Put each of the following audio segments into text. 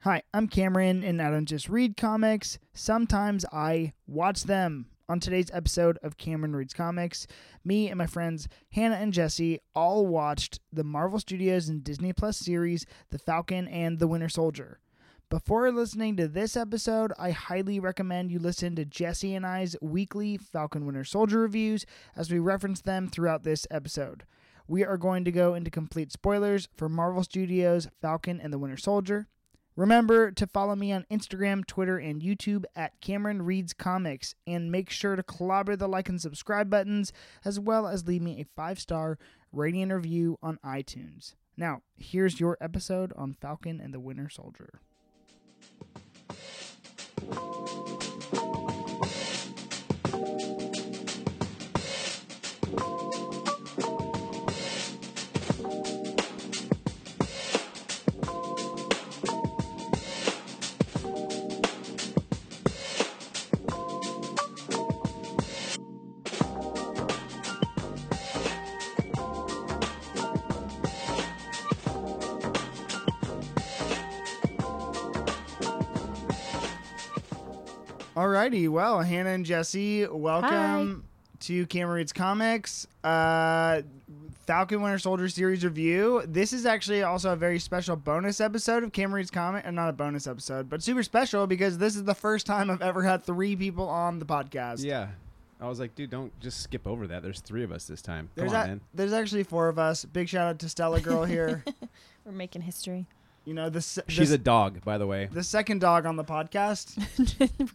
Hi, I'm Cameron, and I don't just read comics, sometimes I watch them. On today's episode of Cameron Reads Comics, me and my friends Hannah and Jesse all watched the Marvel Studios and Disney Plus series The Falcon and the Winter Soldier. Before listening to this episode, I highly recommend you listen to Jesse and I's weekly Falcon Winter Soldier reviews as we reference them throughout this episode. We are going to go into complete spoilers for Marvel Studios Falcon and the Winter Soldier. Remember to follow me on Instagram, Twitter, and YouTube at Cameron Reads Comics, and make sure to clobber the like and subscribe buttons, as well as leave me a five star rating and review on iTunes. Now, here's your episode on Falcon and the Winter Soldier. Alrighty, well, Hannah and Jesse, welcome to Cameron Reads Comics, uh, Falcon Winter Soldier series review. This is actually also a very special bonus episode of Cameron Reads Comic, and not a bonus episode, but super special because this is the first time I've ever had three people on the podcast. Yeah. I was like, dude, don't just skip over that. There's three of us this time. Come There's, on, a- man. there's actually four of us. Big shout out to Stella Girl here. We're making history. you know, the, se- She's the, a dog, by the way. the second dog on the podcast.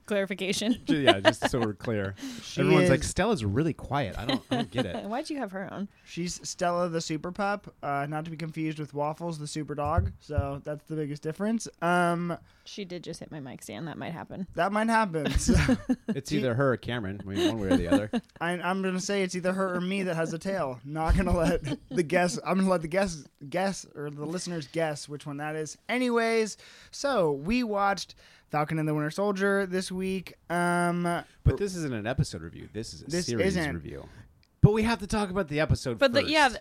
Clarification. yeah, just so we're clear. She Everyone's is- like, Stella's really quiet. I don't, I don't get it. Why'd you have her on? She's Stella the super pup, uh, not to be confused with Waffles the super dog. So that's the biggest difference. Um, She did just hit my mic stand. That might happen. that might happen. So It's either her or Cameron. I mean, one way or the other. I, I'm gonna say it's either her or me that has a tail. Not gonna let the guess. I'm gonna let the guess guess or the listeners guess which one that is. Anyways, so we watched Falcon and the Winter Soldier this week. Um, But this isn't an episode review. This is a This series isn't. review. But we have to talk about the episode But first. the, yeah, th-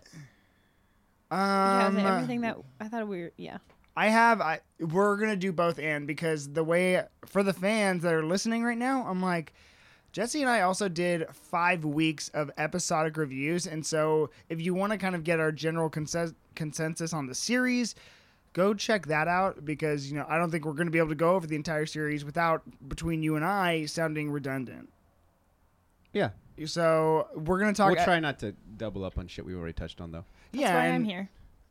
yeah, um, the- everything that I thought we were, yeah. I have. I we're gonna do both and because the way for the fans that are listening right now, I'm like. Jesse and I also did five weeks of episodic reviews, and so if you want to kind of get our general consen- consensus on the series, go check that out because you know I don't think we're going to be able to go over the entire series without between you and I sounding redundant. Yeah. So we're going to talk. We'll try not to double up on shit we already touched on, though. That's yeah, why and, I'm here.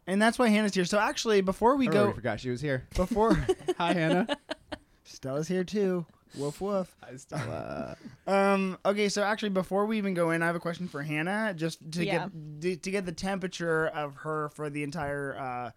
and that's why Hannah's here. So actually, before we I go, already forgot she was here. before Hi, Hannah. Stella's here too. Woof woof. Hi, Stella. Um. Okay. So actually, before we even go in, I have a question for Hannah, just to Yeah. get to, to get the temperature of her for the entire uh,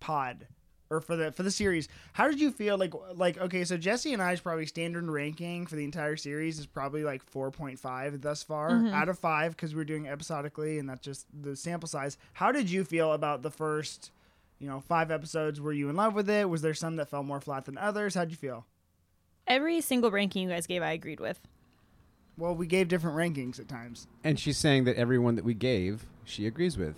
pod or for the for the series. How did you feel? Like like okay. So Jesse and I's probably standard ranking for the entire series is probably like four point five thus far out of five because we're doing episodically and that's just the sample size. How did you feel about the first? You know, five episodes. Were you in love with it? Was there some that fell more flat than others? How'd you feel? Every single ranking you guys gave, I agreed with. Well, we gave different rankings at times. and she's saying that everyone that we gave, she agrees with.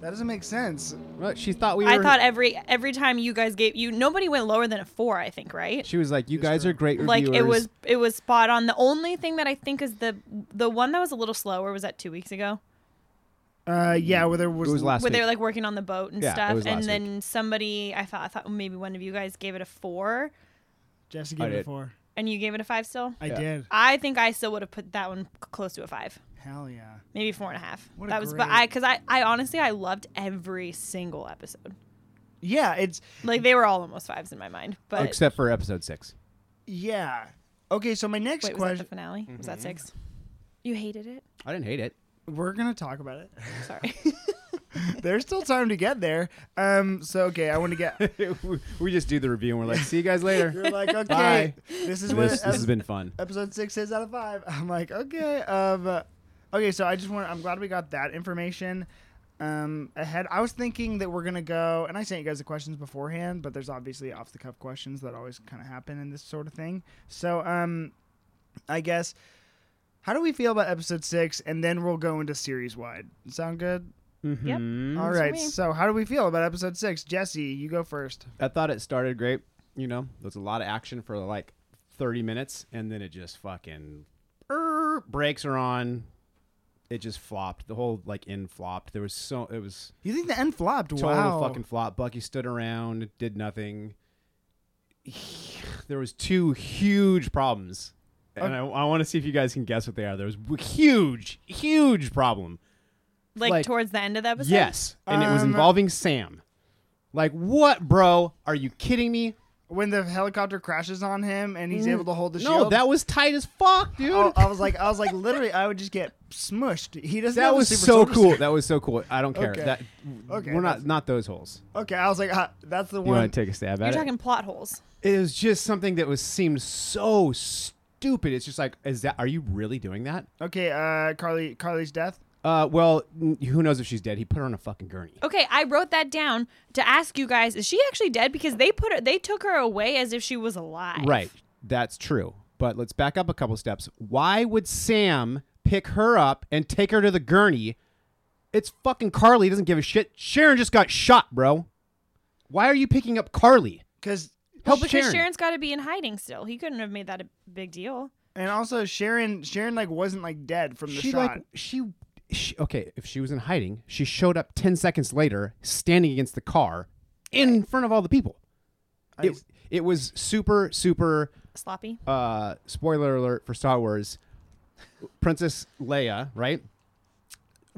That doesn't make sense. Well, she thought we were. I thought every every time you guys gave you nobody went lower than a four. I think right. She was like, "You guys true. are great reviewers." oh, Like it was it was spot on. The only thing that I think is the the one that was a little slower was that two weeks ago Uh, yeah, where there was, It was last where they week. were like working on the boat and Yeah, it stuff. was and last then somebody I thought I thought maybe one of you guys gave it a four Jesse I gave it a did. four. and you gave it a five still. I Yeah. did. I think I still would have put that one c- close to a five, Hell yeah. maybe four and a half. What a that was, but great- I, because I, I honestly, I loved every single episode. Yeah, it's Like they were all almost fives in my mind. But except for episode six. yeah. Okay, so my next wait, was that the question. finale? Was that six? You hated it. I didn't hate it. We're gonna talk about it. Sorry. There's still time to get there. Um. So okay, I want to get. we just do the review and we're like, "See you guys You're later." like okay. Bye. This is what this, this has been fun. episode six is out of five. I'm like okay. Um. uh, Okay, so I just want. I'm glad we got that information. Um, ahead, I was thinking that we're gonna go, and I sent you guys the questions beforehand, but there's obviously off the cuff questions that always kind of happen in this sort of thing. So, um, I guess. How do we feel about episode six? And then we'll go into series wide. Sound good? Yep. Mhm. All right. me. So, how do we feel about episode six? Jesse, you go first. I thought it started great. You know, there's a lot of action for like 30 minutes, and then it just fucking er, brakes are on. It just flopped. The whole like end flopped. There was so it was You think the end flopped? total wow. fucking flop. Bucky stood around, did nothing. There was two huge problems, and I, I want to see if you guys can guess what they are. There was a huge, huge problem. Like, Like- towards the end of the episode. Yes, and it was Um, involving Sam. Like what, bro? Are you kidding me? when the helicopter crashes on him and he's able to hold the Mm. No, shield. that was tight as fuck, dude. Oh, I, I was like, I was like, literally, I would just get smushed. He doesn't. that have a was super so soldier cool. serum. That was so cool. I don't care. Okay. That Okay, we're not that's- not those holes. Okay, I was like, ah, that's the You one. want to take a stab You're at it? talking plot holes. it was just something that was seemed so stupid. It's just like, is that? Are you really doing that? okay, uh, Carly, Carly's death. Uh, well, n- who knows if she's dead? He put her on a fucking gurney. Okay, I wrote that down to ask you guys: Is she actually dead? Because they put her, they took her away as if she was alive. Right, that's true. But let's back up a couple steps. Why would Sam pick her up and take her to the gurney? It's fucking Carly. Doesn't give a shit. Sharon just got shot, bro. Why are you picking up Carly? Because Help Because Sharon. Sharon's got to be in hiding still. He couldn't have made that a big deal. and also Sharon, Sharon like wasn't like dead from the she shot. like she, she okay if she was in hiding she showed up 10 seconds later standing against the car in front of all the people I- it, it was super super Sloppy. uh spoiler alert for star wars princess leia right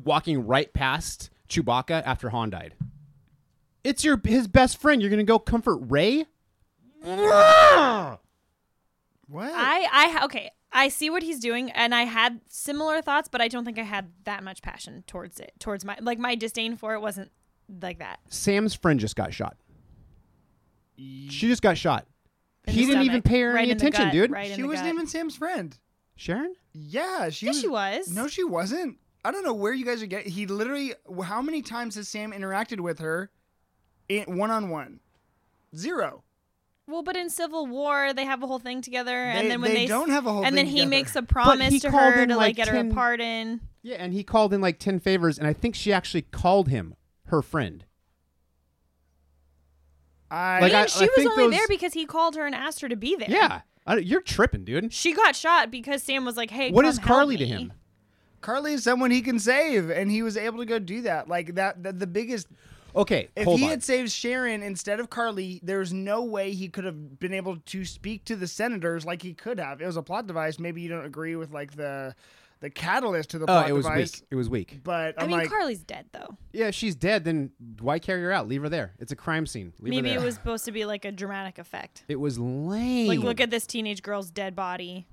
walking right past chewbacca after han died it's your his best friend you're gonna go comfort ray what? I, I, okay, I see what he's doing, and I had similar thoughts, but I don't think I had that much passion towards it. Towards my, like, my disdain for it wasn't like that. sam's friend just got shot she just got shot In he the didn't even stomach, pay her right any in the attention gut, dude Right in she the wasn't gut. even Sam's friend. sharon Yeah, she. Yes, was, she was. No, she wasn't. I don't know where you guys are getting. He literally. How many times has Sam interacted with her, in one on one? Zero. Well, but in Civil War, they have a whole thing together, They- and then when they they, s- don't have a whole and then thing he together. makes a he promise to called her in, to like, like get her 10 a pardon. Yeah, and he called in like 10 favors, and I think she actually called him her friend. I Like, and I- she was think only those- there because he called her and asked her to be there. Yeah. I, you're tripping, dude. She got shot because Sam was like, "Hey, What come is help Carly to me." him? Carly is someone he can save, and he was able to go do that. Like that, the, the biggest. Okay, If hold he on. had saved Sharon instead of Carly, there's no way he could have been able to speak to the senators like he could have. It was a plot device. Maybe you don't agree with like the the catalyst to the Oh, plot it was device, weak. It was weak. but I I'm mean, like, Carly's dead though. Yeah, if she's dead, then why carry her out? Leave her there. It's a crime scene. Leave Maybe her it there. was supposed to be like a dramatic effect. It was lame. Like, look at this teenage girl's dead body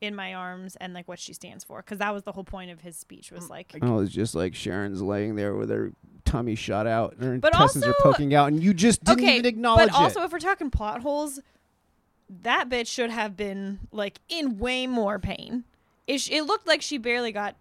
in my arms, and like what she stands for, because that was the whole point of his speech. Was like, Oh, it's just like Sharon's laying there with her tummy shot out, and her But intestines are also- poking out, and you just didn't okay, even acknowledge but also it. if we're talking plot holes, that bitch should have been like in way more pain. It, sh- it looked like she barely got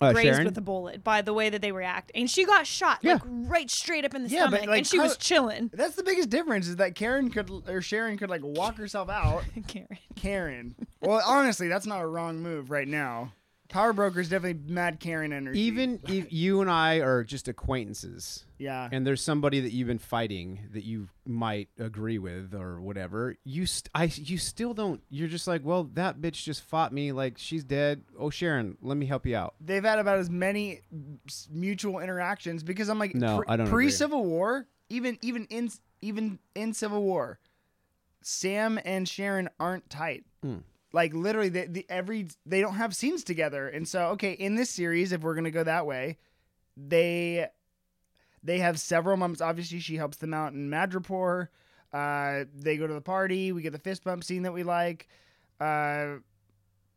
Uh, grazed Sharon? with a bullet by the way that they react, and she got shot like right straight up in the Yeah, but, stomach, like, and she was Carl- chilling. that's the biggest difference is that Karen could or Sharon could like walk herself out. Karen. Karen. Well, honestly, that's not a wrong move right now. Power Broker's definitely mad Karen energy. even if you and I are just acquaintances, yeah. and there's somebody that you've been fighting that you might agree with or whatever, you st- I you still don't. You're just like, well, that bitch just fought me. Like she's dead. Oh, Sharon, let me help you out. they've had about as many s- mutual interactions because I'm like No, pre, I don't agree. Civil War, even even in even in Civil War, Sam and Sharon aren't tight. Hmm. Like literally, they, the every they don't have scenes together, and so okay, in this series, if we're gonna go that way, they they have several moments. Obviously, she helps them out in Madripoor. Uh, they go to the party. We get the fist bump scene that we like. Uh,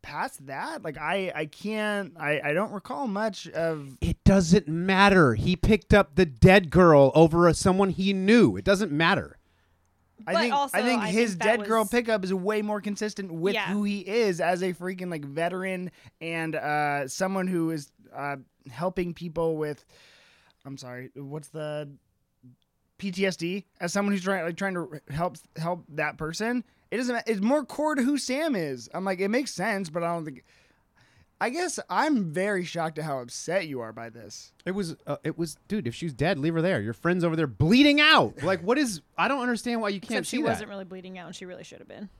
past that, like I, I can't. I, I don't recall much of. It doesn't matter. He picked up the dead girl over a, someone he knew. It doesn't matter. I But think also, I think I his think that dead girl was- pickup is way more consistent with Yeah. who he is as a freaking like veteran and uh, someone who is uh, helping people with. I'm sorry. What's the PTSD? As someone who's trying like trying to help help that person, it doesn't. It's more core to who Sam is. I'm like, it makes sense, but I don't think. I guess I'm very shocked at how upset you are by this. It was, uh, it was, dude. If she's dead, leave her there. Your friend's over there bleeding out. Like, what is? I don't understand why you can't Except she see wasn't that. really bleeding out, and she really should have been.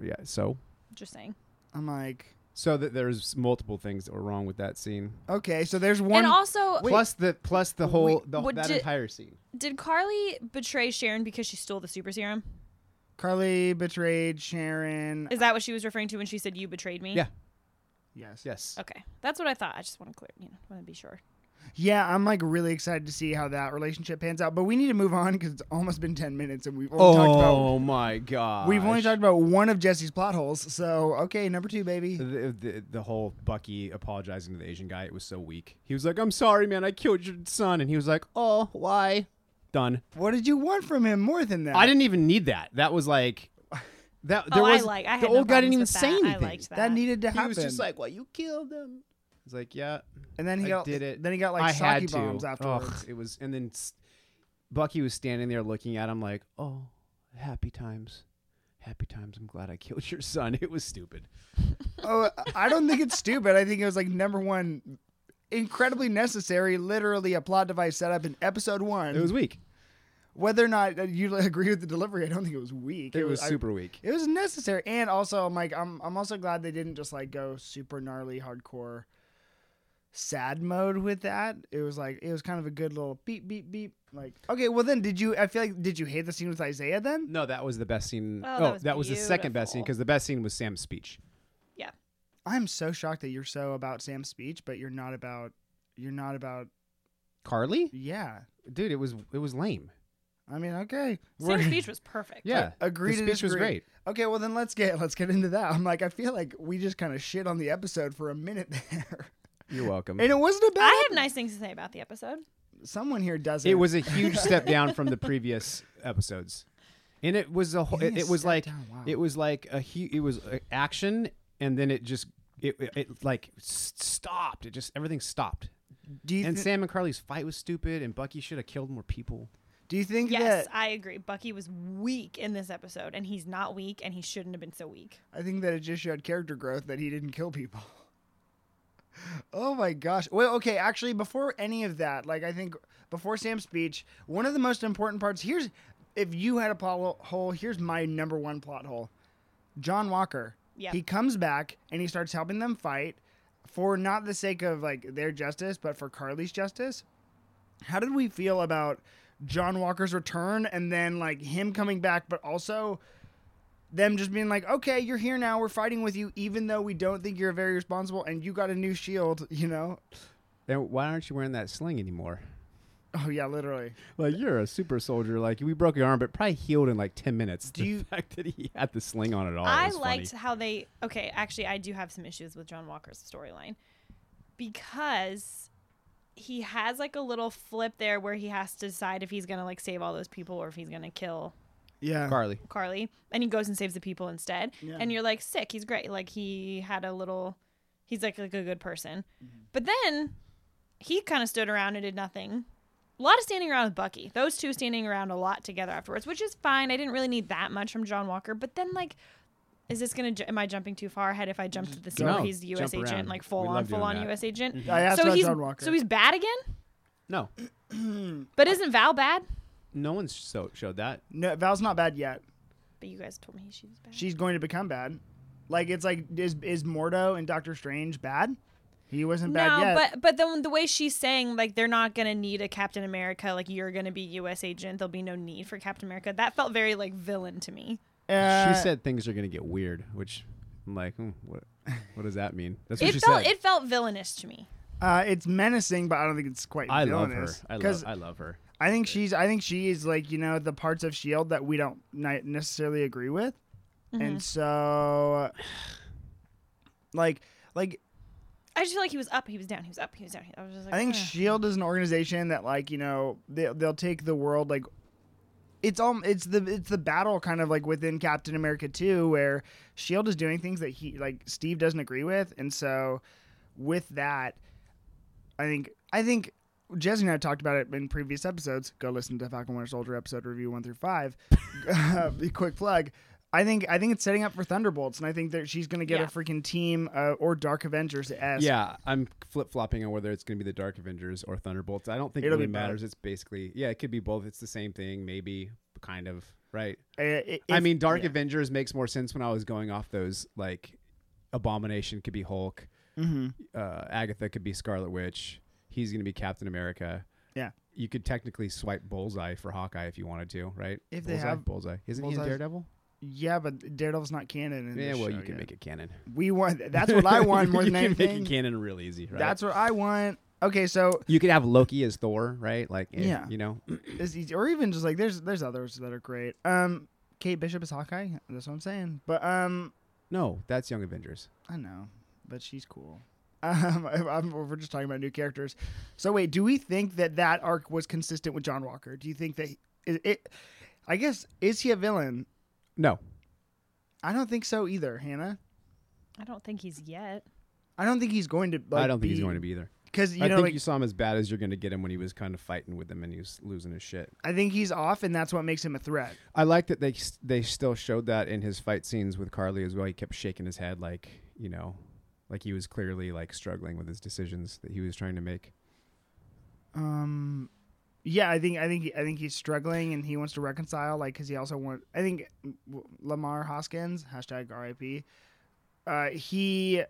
Yeah. So, Just saying. I'm like, so that there's multiple things that were wrong with that scene. okay, so there's one. and also, plus the plus the whole the, would that di- entire scene. did Carly betray Sharon because she stole the super serum? Carly betrayed Sharon. Is that what she was referring to when she said you betrayed me? Yeah. yes. Yes. Okay, that's what I thought. I just want to clear, you know, want to be sure. Yeah, I'm like really excited to see how that relationship pans out. But we need to move on because it's almost been 10 minutes and we've only talked about Oh my god. we've only talked about one of Jesse's plot holes. So okay, number two, baby. The, the, the whole Bucky apologizing to the Asian guy, it was so weak. He was like, I'm sorry, man, I killed your son. And he was like, Oh, why? Done. What did you want from him more than that? I didn't even need that. That was like, that there oh, I was like. I had the no old guy problems didn't even with say that. anything. I liked that. that needed to He happen. was just like, Well, you killed them. He's like, Yeah, and then he I got did it. Then he got like I sake had to. bombs afterwards. Ugh, it was, and then s- Bucky was standing there looking at him like, Oh, happy times. Happy times. I'm glad I killed your son. It was stupid. oh, I don't think it's stupid. I think it was like number one, incredibly necessary, literally a plot device set up in episode one. It was weak. Whether or not that you agree with the delivery, I don't think it was weak. It was I- super weak. it was necessary, and also I'm like I'm I'm also glad they didn't just like go super gnarly hardcore sad mode with that. It was like it was kind of a good little beep beep beep. Like okay, well then did you? I feel like did you hate the scene with Isaiah then? No, that was the best scene. Oh, Oh, that that was, was the second best scene beautiful. because the best scene was Sam's speech. I'm so shocked that you're so about Sam's speech, but you're not about you're not about Carly, yeah. dude, it was it was lame. I mean okay, Sam's speech was perfect. Yeah, agree The to speech was disagree. great. Okay, well then let's get let's get into that. I'm like I feel like we just kind of shit on the episode for a minute there, You're welcome. and it wasn't a bad. I have nice things to say about the episode. Someone here does it. It was a huge step down from the previous episodes, and it was a whole. Even It, a it was step like down, wow. it was like a hu- it was uh, action, and then it just it it, it, like s- stopped. It just everything stopped. Do you And thi- Sam and Carly's fight was stupid, and Bucky should have killed more people. do you think Yes, that I agree. Bucky was weak in this episode, and he's not weak, and he shouldn't have been so weak. I think that it just showed character growth that he didn't kill people. Oh my gosh. Well, okay, actually before any of that, like I think before Sam's speech, one of the most important parts here's if you had a plot hole, here's my number one plot hole. John Walker. Yeah. He comes back and he starts helping them fight for not the sake of like their justice, but for Carly's justice. How did we feel about John Walker's return and then like him coming back, but also them just being like, okay, you're here now. We're fighting with you, even though we don't think you're very responsible and you got a new shield, you know? And why aren't you wearing that sling anymore? Oh, yeah, literally. Like you're a super soldier. Like we broke your arm, but probably healed in like ten minutes. Do the you- fact that he had the sling on at all. I Oh, was liked Funny. how they. Okay, actually, I do have some issues with John Walker's storyline because he has like a little flip there where he has to decide if he's gonna like save all those people or if he's gonna kill Yeah. Carly. Carly, and he goes and saves the people instead. Yeah. And you're like, sick. He's great. Like he had a little, he's like like a good person. But then he kind of stood around and did nothing. A lot of standing around with Bucky. Those two standing around a lot together afterwards, which is fine. I didn't really need that much from John Walker. But then like. Is this gonna? Ju- am I jumping too far ahead? If I jump to the scene where No, he's the U.S. jump agent, around. like full We on, love full doing on that. U.S. agent. I asked So about he's John Walker. so he's bad again. No, But isn't Val bad? no one's so showed that. no, Val's not bad yet. But you guys told me she was bad. She's going to become bad. Like, it's like, is, is Mordo and Doctor Strange bad? He wasn't bad no, yet. but but then the way she's saying like they're not gonna need a Captain America, like you're gonna be U.S. agent. There'll be no need for Captain America. That felt very like villain to me. Uh, she said things are gonna get weird, which I'm like, hmm, what? What does that mean? That's what she It felt said. it felt villainous to me. uh, it's menacing, but I don't think it's quite I love her. villainous. I 'Cause love. I love her. I think she's. I think she is like you know the parts of Shield E that we don't ni- necessarily agree with, Mm-hmm. and so like like I just feel like he was up, he was down, he was up, he was down. I was just like, I think "Ugh." Shield is an organization that like you know they they'll take the world like it's all it's the it's the battle kind of like within Captain America 2 where Shield E is doing things that he like Steve doesn't agree with and so with that I think I think Jesse and I talked about it in previous episodes. Go listen to Falcon Winter Soldier episode review one through five. uh, quick plug. I think I think it's setting up for Thunderbolts, and I think that she's going to get Yeah. a freaking team uh, or Dark Avengers as Yeah, I'm flip flopping on whether it's going to be the Dark Avengers or Thunderbolts. I don't think It'll it really be both. matters. It's basically yeah, it could be both. It's the same thing, maybe, kind of, right? Uh, i- I if- mean, Dark yeah. Avengers makes more sense when I was going off those like Abomination could be Hulk, Mhm. uh, Agatha could be Scarlet Witch. He's going to be Captain America. Yeah. you could technically swipe Bullseye for Hawkeye if you wanted to, right? If they Bullseye? have- Bullseye, isn't he Bullseye's- in Daredevil? Yeah, but Daredevil's not canon. In Yeah, this well, show you can yet. make it canon. We want. That's what I want more you than can anything. Make it canon real easy, right? That's what I want. Okay, so you could have Loki as Thor, right? Like, eh, Yeah. you know, is he- or even just like there's there's others that are great. Um, Kate Bishop is Hawkeye. That's what I'm saying. But um, no, that's Young Avengers. I know, but she's cool. Um, I'm, we're just talking about new characters. So wait, do we think that that arc was consistent with John Walker? Do you think that it? it I guess is he a villain? No, I don't think so either, Hannah. I don't think he's yet. I don't think he's going to. Like, I don't think he's going to be either. because you I know, think like, you saw him as bad as you're going to get him when he was kind of fighting with them and he was losing his shit. I think he's off, and that's what makes him a threat. I like that they they still showed that in his fight scenes with Carly as well. He kept shaking his head like you know, like he was clearly like struggling with his decisions that he was trying to make. Um, yeah, I think I think I think he's struggling, and he wants to reconcile, like because he also want. I think w- Lamar Hoskins hashtag RIP. Uh, he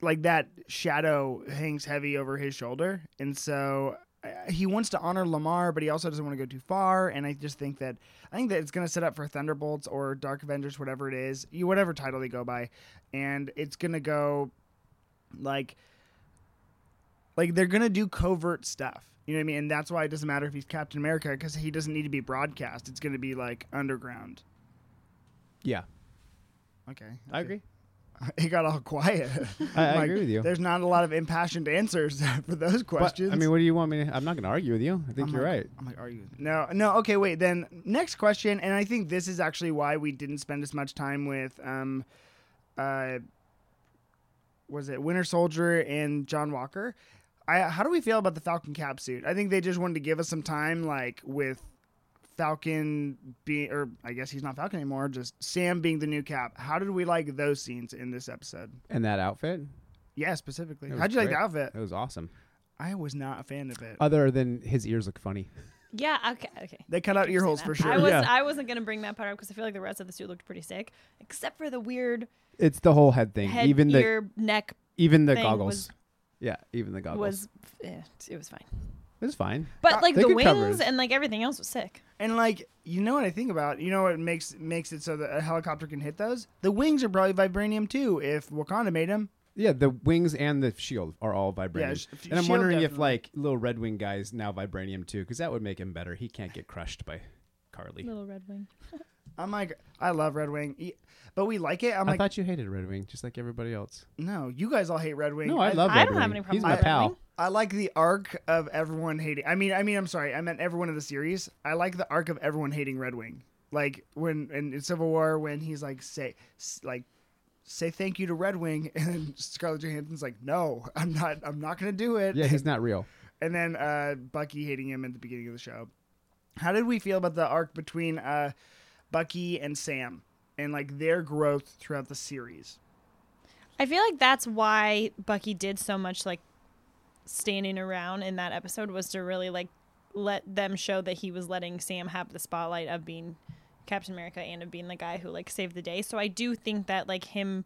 like that shadow hangs heavy over his shoulder, and so uh, he wants to honor Lamar, but he also doesn't want to go too far. And I just think that I think that it's going to set up for Thunderbolts or Dark Avengers, whatever it is, you whatever title they go by, and it's going to go like like they're gonna do covert stuff you know what i mean and that's why it doesn't matter if he's captain america because he doesn't need to be broadcast it's gonna be like underground Yeah, okay, I agree. it got all quiet I, I Like, agree with you. there's not a lot of impassioned answers for those But, questions I mean, what do you want me? to... I'm not going to argue with you. I think I'm you're like- right. I'm like, are you? No, no. Okay, wait. Then next question, and I think this is actually why we didn't spend as much time with, um, uh, was it Winter Soldier and John Walker? I how do we feel about the Falcon cap suit? I think they just wanted to give us some time, like with Falcon being, or I guess he's not Falcon anymore, just Sam being the new cap. How did we like those scenes in this episode? And that outfit, Yeah, specifically. It was How'd you like great. the outfit? that was awesome. I was not a fan of it. Other than his ears look funny. Yeah. Okay. Okay. they cut out ear holes for sure. I wasn't. Yeah. I wasn't gonna bring that part up because I feel like the rest of the suit looked pretty sick, except for the weird It's the whole head thing. head, even the ear, neck even the thing goggles. was- yeah, even the goggles. was. eh, it was fine. It's fine. Uh, But like they the could cover wings it. and like everything else was sick. And like, you know what I think about? You know what makes makes it so that a helicopter can hit those? The wings are probably vibranium too. If Wakanda made them, Yeah, the wings and the shield are all vibranium. Yeah, sh- f- and I'm shield wondering if definitely. like little Red Wing guys now vibranium too, because that would make him better. He can't get crushed by Carly. Little red wing. I'm like, I love Red Wing, E- but we like it. I'm I like, thought you hated Red Wing, just like everybody else. no, you guys all hate Red Wing. No, I love. I Red don't Wing. have any problem He's with my Red pal. Wing. I like the arc of everyone hating. I mean, I mean, I'm sorry, I meant everyone in the series. I like the arc of everyone hating Red Wing. Like when in, in Civil War, when he's like, say, s- like, say thank you to Red Wing, and Scarlett Johansson's like, no, I'm not, I'm not gonna do it. Yeah, he's not real. and then uh, Bucky hating him at the beginning of the show. How did we feel about the arc between uh, Bucky and Sam and like their growth throughout the series? I feel like that's why Bucky did so much like standing around in that episode was to really like let them show that he was letting Sam have the spotlight of being Captain America and of being the guy who like saved the day. So I do think that like him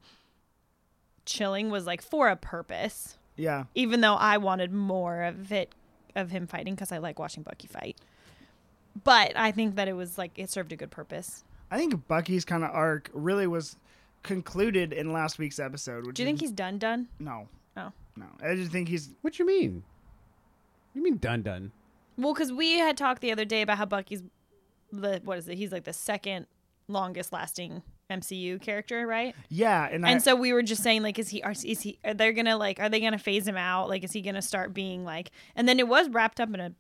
chilling was like for a purpose, Yeah, even though I wanted more of it of him fighting because I like watching Bucky fight. But I think that it was like it served a good purpose. I think Bucky's kind of arc really was concluded in last week's episode. Which Do you think he's done done? no, Oh. no? I just think he's What you mean? You mean dun dun? Well, because we had talked the other day about how Bucky's the what is it? He's like the second longest lasting MCU character, right? yeah, and, I, and so we were just saying like, is he? Are, is he? Are they gonna like? Are they gonna phase him out? Like, is he gonna start being like? And then it was wrapped up in a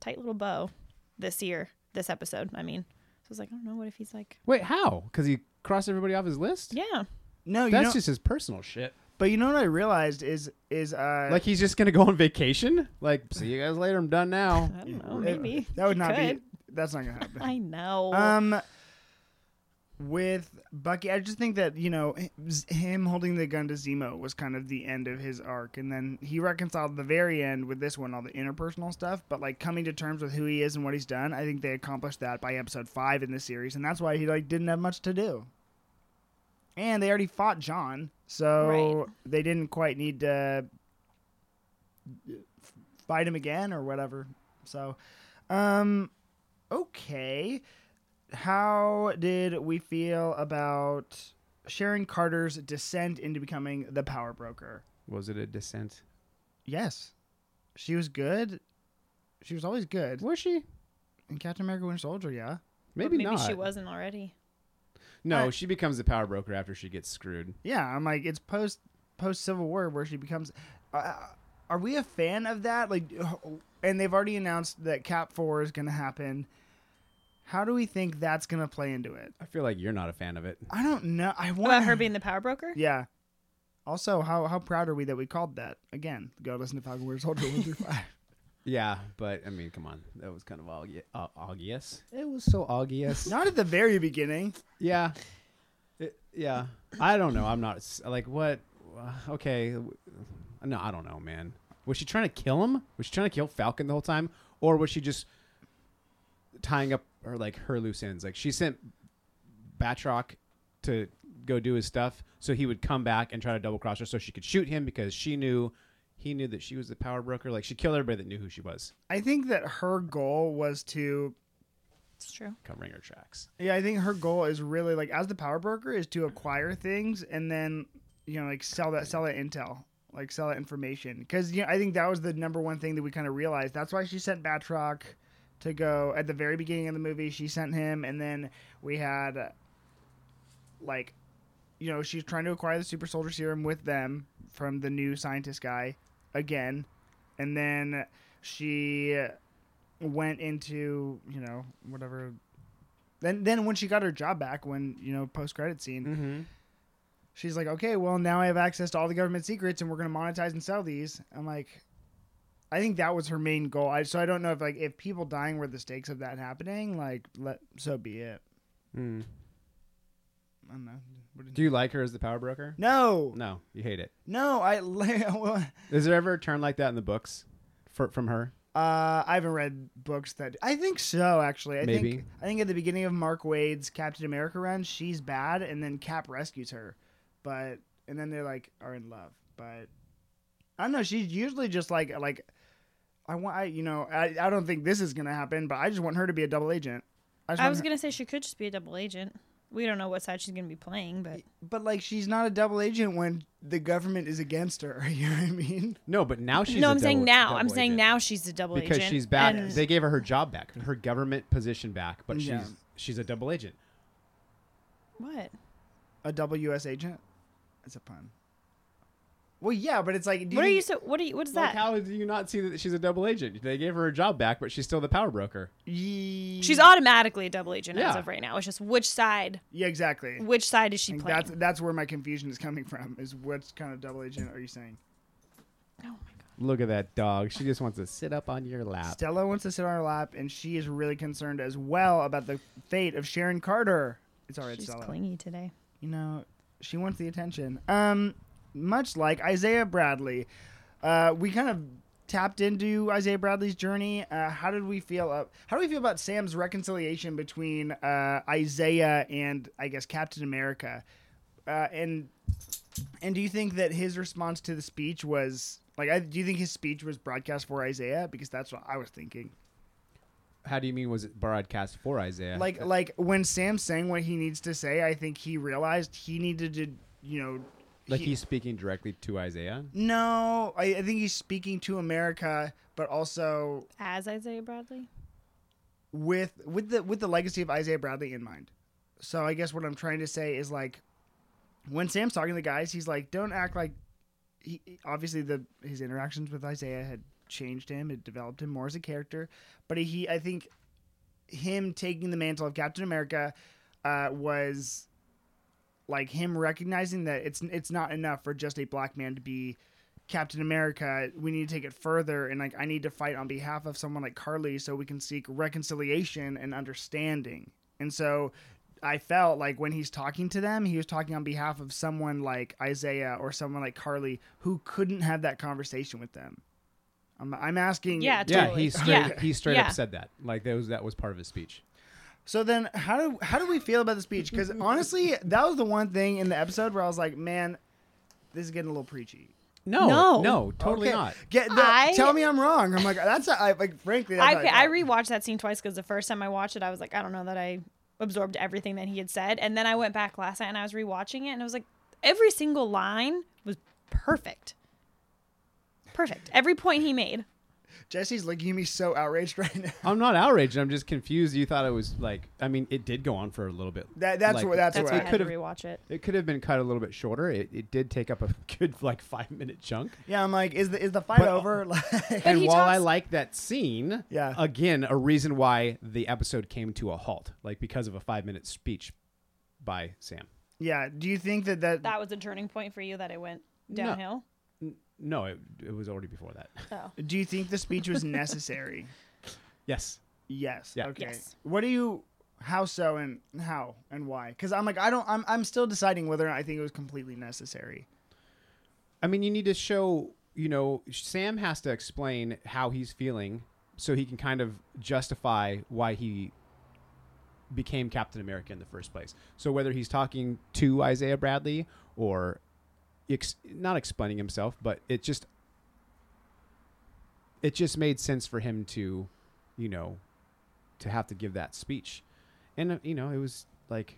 tight little bow this year, this episode. I mean, so I was like, I don't know. What if he's like? Wait, how? Because he crossed everybody off his list. Yeah, no, you that's know, just his personal shit. but you know what I realized is is uh, Like he's just gonna go on vacation. Like, see you guys later. I'm done now. I don't know. it- Maybe uh, that would Um, He not could. be that's not gonna happen. I know. Um, with Bucky. I just think that you know z- him holding the gun to Zemo was kind of the end of his arc, and then he reconciled the very end with this one, all the interpersonal stuff. But like coming to terms with who he is and what he's done, I think they accomplished that by episode five in this series, and that's why he like didn't have much to do. And they already fought John, so Right. they didn't quite need to uh, f- fight him again or whatever. So, um, okay how did we feel about Sharon Carter's descent into becoming the power broker? Was it a descent? Yes. She was good. She was always good. Was she? In Captain America Winter Soldier, yeah. Maybe, maybe not. she wasn't already. No, I- she becomes the power broker after she gets screwed. Yeah, I'm like it's post post Civil War where she becomes uh, are we a fan of that? Like and they've already announced that Cap 4 is going to happen. How do we think that's going to play into it? I feel like you're not a fan of it. I don't know. I want About her being the power broker? Yeah. Also, how how proud are we that we called that again? Go listen to Falcon Winter Soldier one through five. Yeah, but I mean, come on, that was kind of obvi- uh, obvious. It was so obvious. Not at the very beginning. Yeah, It- yeah. I don't know. I'm not s- like what. uh, Okay, no, I don't know, man. Was she trying to kill him? Was she trying to kill Falcon the whole time, or was she just tying up her like her loose ends? Like she sent Batroc to go do his stuff, so he would come back and try to double cross her, so she could shoot him because she knew he knew that she was the power broker. Like she killed everybody that knew who she was, I think that her goal was to. It's true. covering her tracks. Yeah, I think her goal is really like as the power broker is to acquire things and then you know like sell that sell that intel like sell that information because you know I think that was the number one thing that we kind of realized. That's why she sent Batroc to go at the very beginning of the movie. She sent him, and then we had uh, like you know, she's trying to acquire the super soldier serum with them from the new scientist guy again. And then she went into, you know, whatever. Then, then when she got her job back, when, you know, post credit scene, Mm-hmm. she's like, okay, well, now I have access to all the government secrets and we're going to monetize and sell these. I'm like, I think that was her main goal. I, so I don't know if, like, if people dying were the stakes of that happening, like, let, so be it. Mm. I don't know. What did- Do you like her as the power broker? No, No, you hate it. no, I. well, Is there ever a turn like that in the books for, from her? Uh, I haven't read books that I think so. Actually, I think Maybe. I think at the beginning of Mark Wade's Captain America run, she's bad, and then Cap rescues her, but and then they're like are in love. But I don't know. She's usually just like like I want. I, you know, I, I don't think this is gonna happen, but I just want her to be a double agent. just I want was her- going to say she could just be a double agent. We don't know what side she's going to be playing, but but like she's not a double agent when the government is against her. You know what I mean? No, but now she's. no, i I'm saying now. I'm saying now she's a double because agent she's back. and- They gave her her job back, her government position back, but Yeah. she's she's a double agent. what? A double U.S. agent. It's a pun. Well, yeah, but it's like. do What are think- you so? What are you? What is Like, that? how do you not see that she's a double agent? They gave her her job back, but she's still the power broker. Ye- She's automatically a double agent as Yeah. of right now. It's just which side. Yeah, exactly. Which side is she And playing? that's that's where my confusion is coming from. Is what kind of double agent are you saying? oh my god. Look at that dog. She just wants to sit up on your lap. Stella wants to sit on her lap, and she is really concerned as well about the fate of Sharon Carter. It's all right, she's Stella. clingy today. You know, she wants the attention. Um, much like Isaiah Bradley, uh, we kind of tapped into Isaiah Bradley's journey. Uh, how did we feel? Uh, how do we feel about Sam's reconciliation between uh, Isaiah and I guess Captain America? Uh, and and do you think that his response to the speech was like? I, do you think his speech was broadcast for Isaiah? Because that's what I was thinking. How do you mean was it broadcast for Isaiah? Like like when Sam's saying what he needs to say, I think he realized he needed to you know. like he- he's speaking directly to Isaiah. No, I, I think he's speaking to America, but also As Isaiah Bradley. with with the with the legacy of Isaiah Bradley in mind. So I guess what I'm trying to say is like when Sam's talking to the guys, he's like, "Don't act like." He, obviously, the his interactions with Isaiah had changed him; it developed him more as a character. But he, I think, him taking the mantle of Captain America uh, was like him recognizing that it's it's not enough for just a black man to be Captain America. We need to take it further, and like I need to fight on behalf of someone like Carly so we can seek reconciliation and understanding. And so I felt like when he's talking to them, he was talking on behalf of someone like Isaiah or someone like Carly who couldn't have that conversation with them. I'm, I'm asking. Yeah, Yeah, Totally. he straight Yeah. he straight Yeah. up said that. Like that was that was part of his speech. So then, how do how do we feel about the speech? Because honestly, that was the one thing in the episode where I was like, man, this is getting a little preachy. No, No. no, totally Okay. not. Get the, I- tell me I'm wrong. I'm like that's a, I, like frankly. That's I, how okay, I felt. rewatched that scene twice because the first time I watched it, I was like, I don't know that I absorbed everything that he had said. And then I went back last night and I was rewatching it and I was like, every single line was perfect. Perfect. Every point he made. Jesse's looking at me so outraged right now. I'm not outraged. I'm just confused. You thought it was like I mean, it did go on for a little bit. That that's Like, what that's, That's what why I I, had to could've- rewatch it. It could have been cut a little bit shorter. It, it did take up a good like five minute chunk. yeah. I'm like, is the is the fight But- uh, over? Like, But and he while I talks- like that scene, Yeah. again, a reason why the episode came to a halt, like because of a five minute speech by Sam. yeah. Do you think that that, That was a turning point for you that it went downhill. No, it, it was already before that. Oh. do you think the speech was necessary? yes. yes. Yeah. Okay. Yes. What do you? How so and how and why? Because I'm like I don't I'm I'm still deciding whether or not I think it was completely necessary. I mean, you need to show, you know, Sam has to explain how he's feeling so he can kind of justify why he became Captain America in the first place. So whether he's talking to Isaiah Bradley or ex- not explaining himself, but it just it just made sense for him to, you know, to have to give that speech. And uh, you know, it was like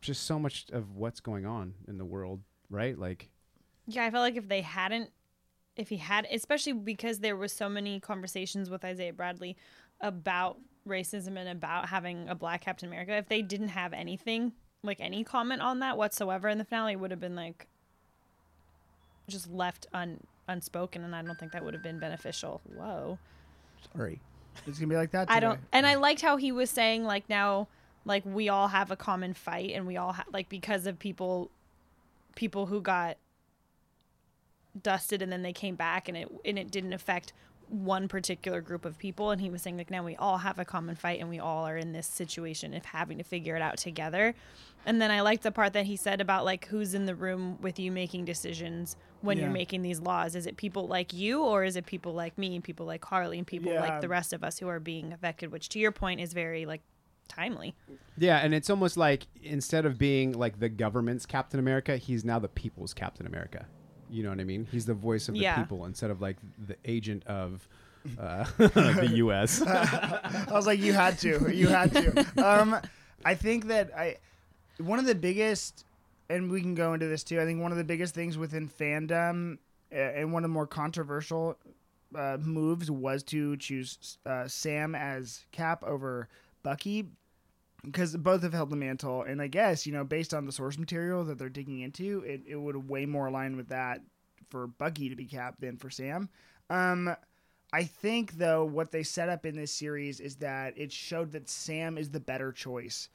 just so much of what's going on in the world, right? Like Yeah, I felt like if they hadn't, if he had, especially because there was so many conversations with Isaiah Bradley about racism and about having a black Captain America, if they didn't have anything like any comment on that whatsoever in the finale, it would have been like just left un unspoken, and I don't think that would have been beneficial. Whoa. Sorry. It's gonna be like that. I don't. today. And I liked how he was saying like now, like we all have a common fight, and we all ha- like because of people, people who got dusted, and then they came back, and it and it didn't affect one particular group of people. And he was saying like now we all have a common fight, and we all are in this situation of having to figure it out together. And then I liked the part that he said about like who's in the room with you making decisions when you're Yeah. making these laws. Is it people like you, or is it people like me and people like Harley and people people Yeah. like the rest of us who are being affected, which to your point is very like timely. Yeah, and it's almost like instead of being like the government's Captain America, he's now the people's Captain America. You know what I mean? He's the voice of the Yeah. people instead of like the agent of uh, the U.S. I was like, you had to, you had to. Um, I think that I, one of the biggest, and we can go into this too. I think one of the biggest things within fandom, uh, and one of the more controversial uh, moves was to choose uh, Sam as Cap over Bucky. Because both have held the mantle, and I guess you know, based on the source material that they're digging into, it, it would way more align with that for Bucky to be Cap than for Sam. Um, I think though what they set up in this series is that it showed that Sam is the better choice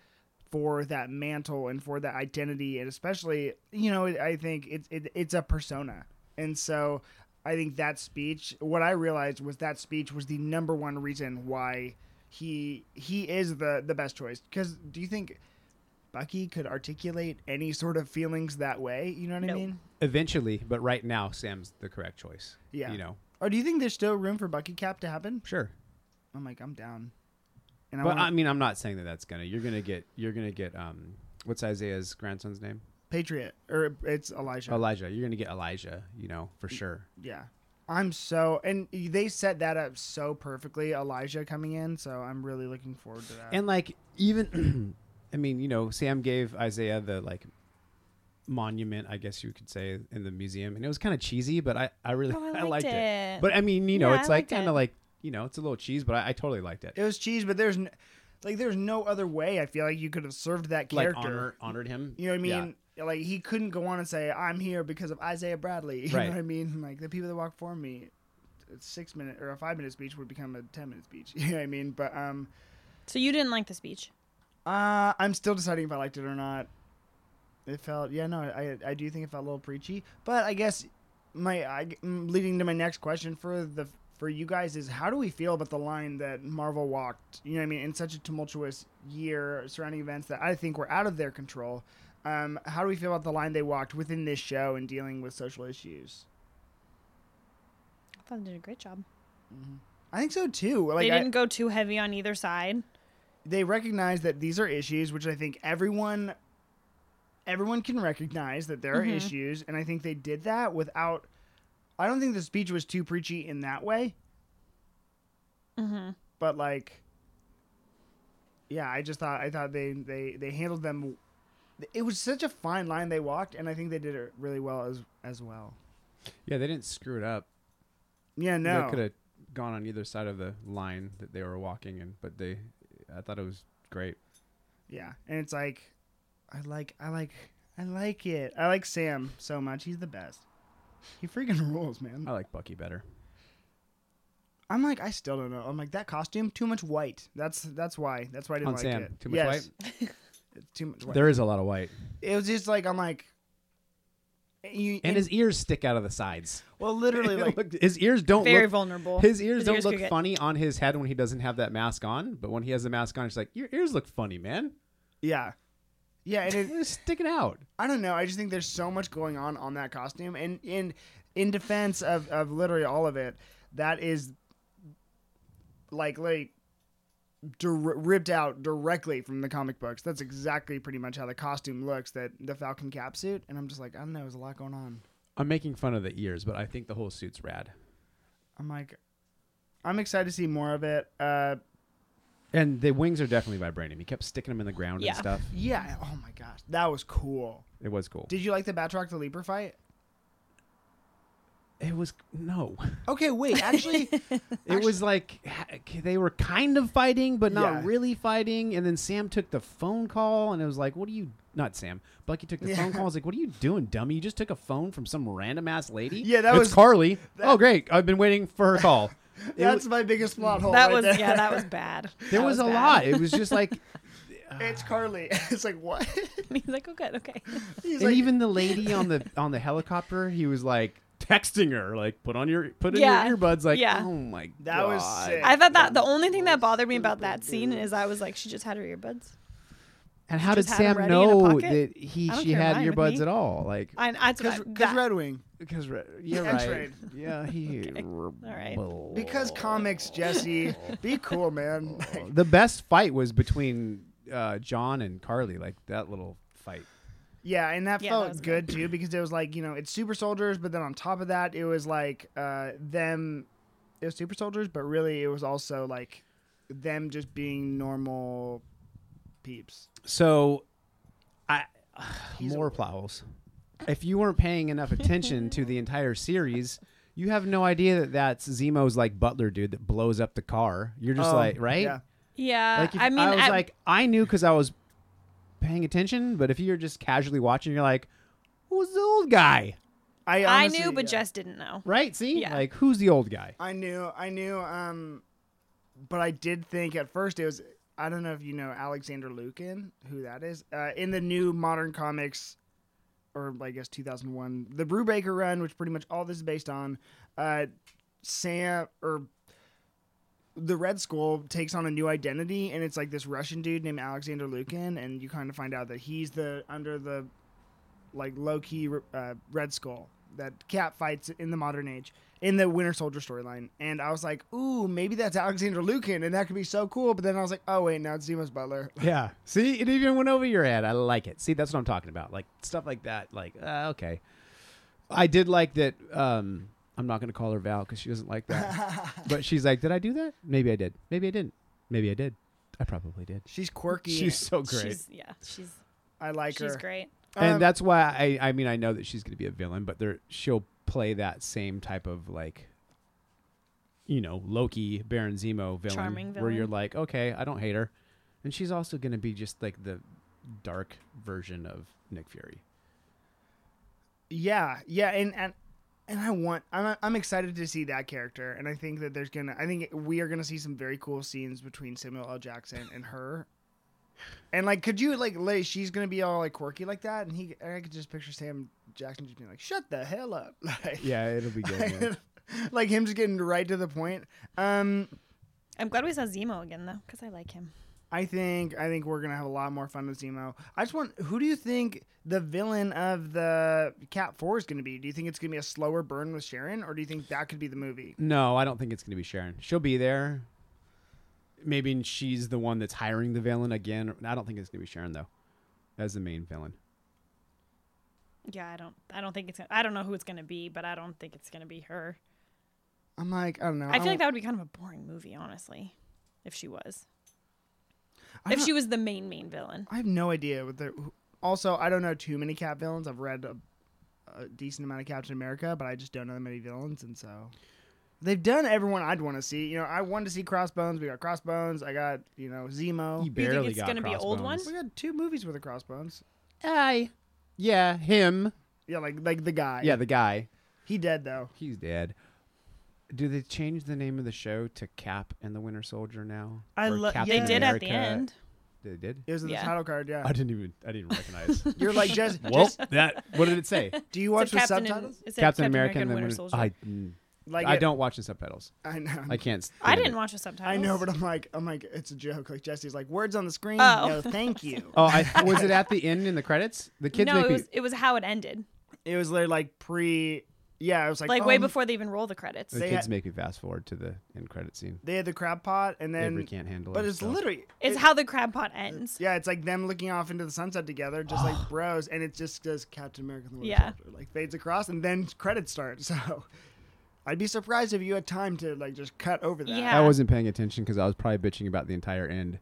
for that mantle and for that identity and especially you know I think it's it, it's a persona and so I think that speech what I realized was that speech was the number one reason why he he is the the best choice because do you think Bucky could articulate any sort of feelings that way you know what I Nope. mean Eventually, but right now, Sam's the correct choice. Yeah. you know, or do you think there's still room for Bucky Cap to happen sure. I'm like I'm down and but wanna- I mean, I'm not saying that that's gonna. You're gonna get. You're gonna get. Um, what's Isaiah's grandson's name? Patriot, or it's Elijah. Elijah. You're gonna get Elijah. You know for sure. yeah, I'm so and they set that up so perfectly. Elijah coming in, so I'm really looking forward to that. And like even I mean, you know, Sam gave Isaiah the like monument, I guess you could say, in the museum. And it was kind of cheesy, but I, I really Oh, I I, liked liked it. it. But I mean, you know, Yeah, I it's like liked it. kind of like, you know, it's a little cheese, but I, I totally liked it. it was cheese, but there's n like there's no other way. I feel like you could have served that character. Like honor, honored him. You know what I Yeah. mean? Like he couldn't go on and say I'm here because of Isaiah Bradley. You Right. know what I mean? Like the people that walk for me, a six minute or a five minute speech would become a ten minute speech. You know what I mean? But um, So you didn't like the speech. Uh, I'm still deciding if I liked it or not. It felt, yeah, no, I, I do think it felt a little preachy, but I guess my, I, mm, leading to my next question for the for you guys is how do we feel about the line that Marvel walked? You know what I mean? In such a tumultuous year surrounding events that I think were out of their control. Um, how do we feel about the line they walked within this show and dealing with social issues? I thought they did a great job. I think so too. Like they I- didn't go too heavy on either side. they recognize that these are issues which i think everyone everyone can recognize that there are issues and i think they did that without i don't think the speech was too preachy in that way but like yeah i just thought i thought they they they handled them it was such a fine line they walked and i think they did it really well as as well Yeah, they didn't screw it up. yeah no They could have gone on either side of the line that they were walking in, but they I thought it was great. yeah and it's like i like i like i like it i like sam so much he's the best he freaking rules man I like Bucky better. I'm like, I still don't know. I'm like that costume too much white. That's that's why. That's why I didn't On like Sam, it. too much white. too much white. There is a lot of white. it was just like I'm like, you And his ears stick out of the sides. well, literally like Look, his ears don't Very look vulnerable. his ears don't could look get- funny on his head when he doesn't have that mask on, but when he has the mask on, it's like, Your ears look funny, man. yeah, yeah. And it, They're sticking out. I don't know. I just think there's so much going on on that costume, and in in defense of of literally all of it, that is like like dir- ripped out directly from the comic books. That's exactly pretty much how the costume looks. That the Falcon cap suit, and I'm just like, I don't know. There's a lot going on. I'm making fun of the ears, but I think the whole suit's rad. I'm like, I'm excited to see more of it. Uh, And the wings are definitely vibranium. He kept sticking them in the ground Yeah. and stuff. yeah. Oh my gosh, that was cool. It was cool. Did you like the Batroc the Leaper fight? It was no. Okay, wait. Actually, It was like ha- they were kind of fighting, but not Yeah. really fighting. And then Sam took the phone call, and it was like, "What are you?" Not Sam. Bucky took the Yeah. phone call. I was like, "What are you doing, dummy? You just took a phone from some random ass lady." Yeah, that It's was- Carly. oh, great! I've been waiting for her call. It that's wa- my biggest plot hole. That right was there. yeah, that was bad. there That was, a bad. lot. It was just like, It's Carly. it's like what? He's like, oh good, okay. He's and like, even the lady on the on the helicopter, he was like texting her, like, "Put on your put in Yeah. your earbuds." Like, Yeah. oh my god, That was sick. I thought that the only thing that bothered me about that scene is I was like, she just had her earbuds. And how did Just had 'em Sam ready in a know pocket? that he I don't she care, had mine with earbuds me. at all? Like, I, that's what I, because that, Red Wing. Because re- you're X right. rayed. Yeah, he. All right. Oh. Because comics, Jesse. Be cool, man. Like, The best fight was between uh, John and Carly. Like that little fight. Yeah, and that Yeah, that felt was good good. too because it was like you know it's super soldiers, but then on top of that it was like uh, them, it was super soldiers, but really it was also like them just being normal peeps. So, I He's more plot holes. If you weren't paying enough attention to the entire series, you have no idea that that's Zemo's like butler dude that blows up the car. You're just Oh, like, right? yeah. yeah, Like if, Uh, I mean, I was I- like, I knew because I was paying attention. But if you're just casually watching, you're like, who's the old guy? I I honestly- knew, but yeah. Jess didn't know. Right? See, Yeah. like who's the old guy? I knew, I knew, um, but I did think at first it was I don't know if you know Alexander Lukin, who that is, uh, in the new modern comics, or I guess 2001, the Brubaker run, which pretty much all this is based on. Uh, Sam or the Red Skull takes on a new identity, and it's like this Russian dude named Alexander Lukin, and you kind of find out that he's the under the like low key uh, Red Skull that Cap fights in the modern age in the Winter Soldier storyline, and I was like, ooh, maybe that's Alexander Lukin, and that could be so cool. But then I was like, oh wait, now it's Zemo's butler. Yeah. See, it even went over your head. I like it. See, that's what I'm talking about. Like stuff like that. Like, uh, okay. I did like that. Um, I'm not going to call her Val because she doesn't like that. but she's like, did I do that? Maybe I did. Maybe I didn't. Maybe I did. I probably did. She's quirky. She's so great. She's yeah, she's I like she's her. great. and Um, that's why I, I mean, I know that she's going to be a villain, but there, she'll play that same type of like, you know, Loki, Baron Zemo villain, Charming where villain. you're like, okay, I don't hate her. And she's also going to be just like the dark version of Nick Fury. Yeah, yeah, and and and I want I'm I'm excited to see that character, and I think that there's gonna I think we are gonna see some very cool scenes between Samuel L. Jackson and her. And like, could you like, lay, she's gonna be all like quirky like that, and he, and I could just picture Sam Jackson just being like, "Shut the hell up!" Like, Yeah, it'll be good. man. like him just getting right to the point. Um, I'm glad we saw Zemo again though, because I like him. I think I think we're gonna have a lot more fun with Zemo. I just want who do you think the villain of the Cat Four is gonna be? Do you think it's gonna be a slower burn with Sharon, or do you think that could be the movie? No, I don't think it's going to be Sharon. She'll be there. Maybe she's the one that's hiring the villain again. I don't think it's going to be Sharon though, as the main villain. Yeah, I don't. I don't think it's. Gonna, I don't know who it's gonna be, but I don't think it's gonna be her. I'm like I don't know. I feel like don't- that would be kind of a boring movie, honestly, if she was. I If don't- she was the main main villain. I have no idea what the. Also, I don't know too many cat villains. I've read a, a decent amount of Captain America, but I just don't know that many villains, and so they've done everyone I'd want to see. You know, I wanted to see Crossbones. We got Crossbones. I got you know Zemo. He barely Oh, it's got gonna be old one? We got two movies with a Crossbones. Hi. Yeah, him. Yeah, like like the guy. Yeah, the guy. he dead though. He's dead. Do they change the name of the show to Cap and the Winter Soldier now? I Or lo- Captain They did at the America- end. They did. It was in the Yeah. title card. Yeah, I didn't even. I didn't recognize. you're like just. well, just that. What did it say? do you It's watch a the Captain, and- subtitles? it said Captain America and the the Winter Winter Soldier. I. I, mm, Like I it- don't watch the subtitles. know. I can't. stand didn't it. watch the subtitles. I know, but I'm like, I'm like, it's a joke. Like Jesse's like, words on the screen. Oh. No, thank you. Oh, I, was it at the end in the credits? The kids no, make it me- was it was how it ended, It was literally like pre. Yeah, it was like like oh, way m- before they even roll the credits. the They kids had- make me fast forward to the end credit scene. They had the crab pot, and then Avery can't handle it. but it's so- literally It's it- how the crab pot ends. yeah, it's like them looking off into the sunset together, just like bros, and it just says Captain America and the Winter Yeah. Soldier, like fades across, and then credits start. So I'd be surprised if you had time to like just cut over that. Yeah. I wasn't paying attention because I was probably bitching about the entire end.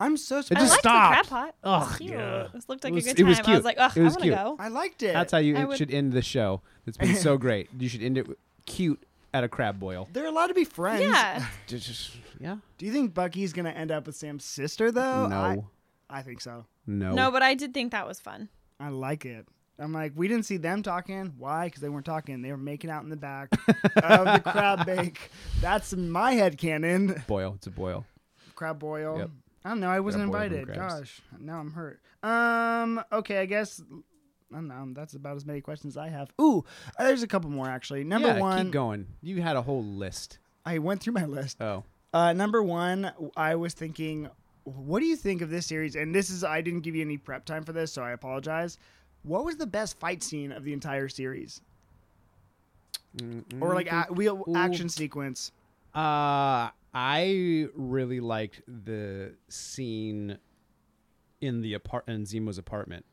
I'm so It surprised. just I liked the crab stopped. pot. it Ugh, was cute. yeah. This looked like It was- a good it time. was I cute. was like, ugh, It was I want to cute. go. I liked it. That's how you I it would- should end the show. It's been so great. You should end it with cute at a crab boil. They're allowed to be friends. Yeah, Just, just- yeah. Do you think Bucky's gonna end up with Sam's sister though? no. Oh, I, I think so. no. no, but I did think that was fun. I like it. I'm like, we didn't see them talking. Why? Because they weren't talking. They were making out in the back of the crab bake. That's my head cannon. Boil. It's a boil. crab boil. Yep. I don't know. I wasn't boil from invited. crabs. Gosh, now I'm hurt. Um. Okay, I guess. I don't know. That's about as many questions I have. Ooh, uh, there's a couple more actually. Number yeah, one, Keep going. You had a whole list. I went through my list. Oh. Uh, number one, I was thinking, what do you think of this series? And this is, I didn't give you any prep time for this, so I apologize. What was the best fight scene of the entire series, Mm, or like a, real action sequence? Uh, I really liked the scene in the apart in Zemo's apartment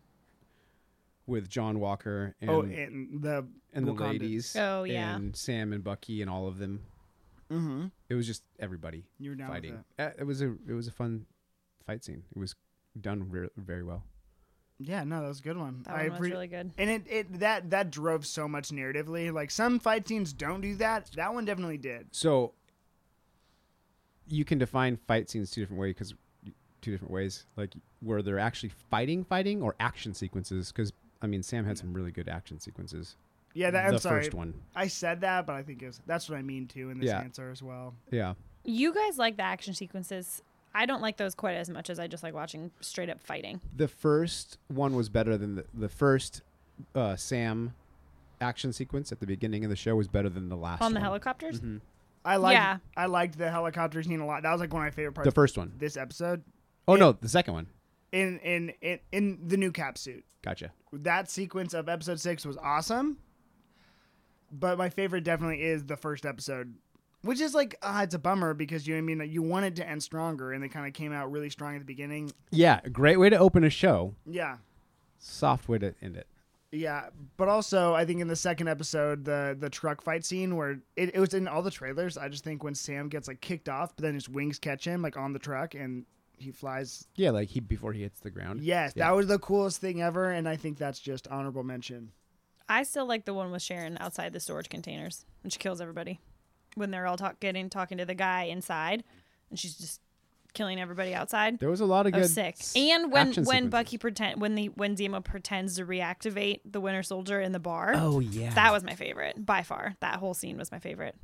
with John Walker and oh, and the and the Wakanda. ladies. Oh, yeah. And Sam and Bucky and all of them. Mhm. It was just everybody You were down with fighting. Uh, It was a it was a fun fight scene. It was done re- very well. Yeah, no, that was a good one. That I one was appre- really good. And it, it that that drove so much narratively. Like some fight scenes don't do that. That one definitely did. So you can define fight scenes two different ways because two different ways, like where they're actually fighting, fighting, or action sequences. Because I mean, Sam had some really good action sequences. Yeah, that, the I'm sorry. first one. I said that, but I think it was, that's what I mean too in this Yeah. answer as well. Yeah, You guys like the action sequences. I don't like those quite as much as I just like watching straight up fighting. the first one was better than the, the first uh, Sam action sequence at the beginning of the show was better than the last On the one. helicopters? Mm-hmm. I liked Yeah. I liked the helicopter scene a lot. That was like one of my favorite parts. The first one. of this episode Oh no, the second one. in in in, in the new cap suit. Gotcha. That sequence of episode six was awesome. But my favorite definitely is the first episode, which is like ah, it's a bummer because you know what I mean you wanted to end stronger and they kind of came out really strong at the beginning. Yeah, great way to open a show. Yeah, Soft way to end it. Yeah, but also I think in the second episode, the the truck fight scene where it, it was in all the trailers. I just think when Sam gets like kicked off, but then his wings catch him like on the truck and he flies. Yeah, like he before he hits the ground. Yes, Yeah. that was the coolest thing ever, and I think that's just honorable mention. I still like the one with Sharon outside the storage containers, and she kills everybody when they're all talk- getting talking to the guy inside, and she's just killing everybody outside. There was a lot of I good was sick. s- And when action when sequences. Bucky pretend when the when Zemo pretends to reactivate the Winter Soldier in the bar, Oh yeah. that was my favorite by far. That whole scene was my favorite.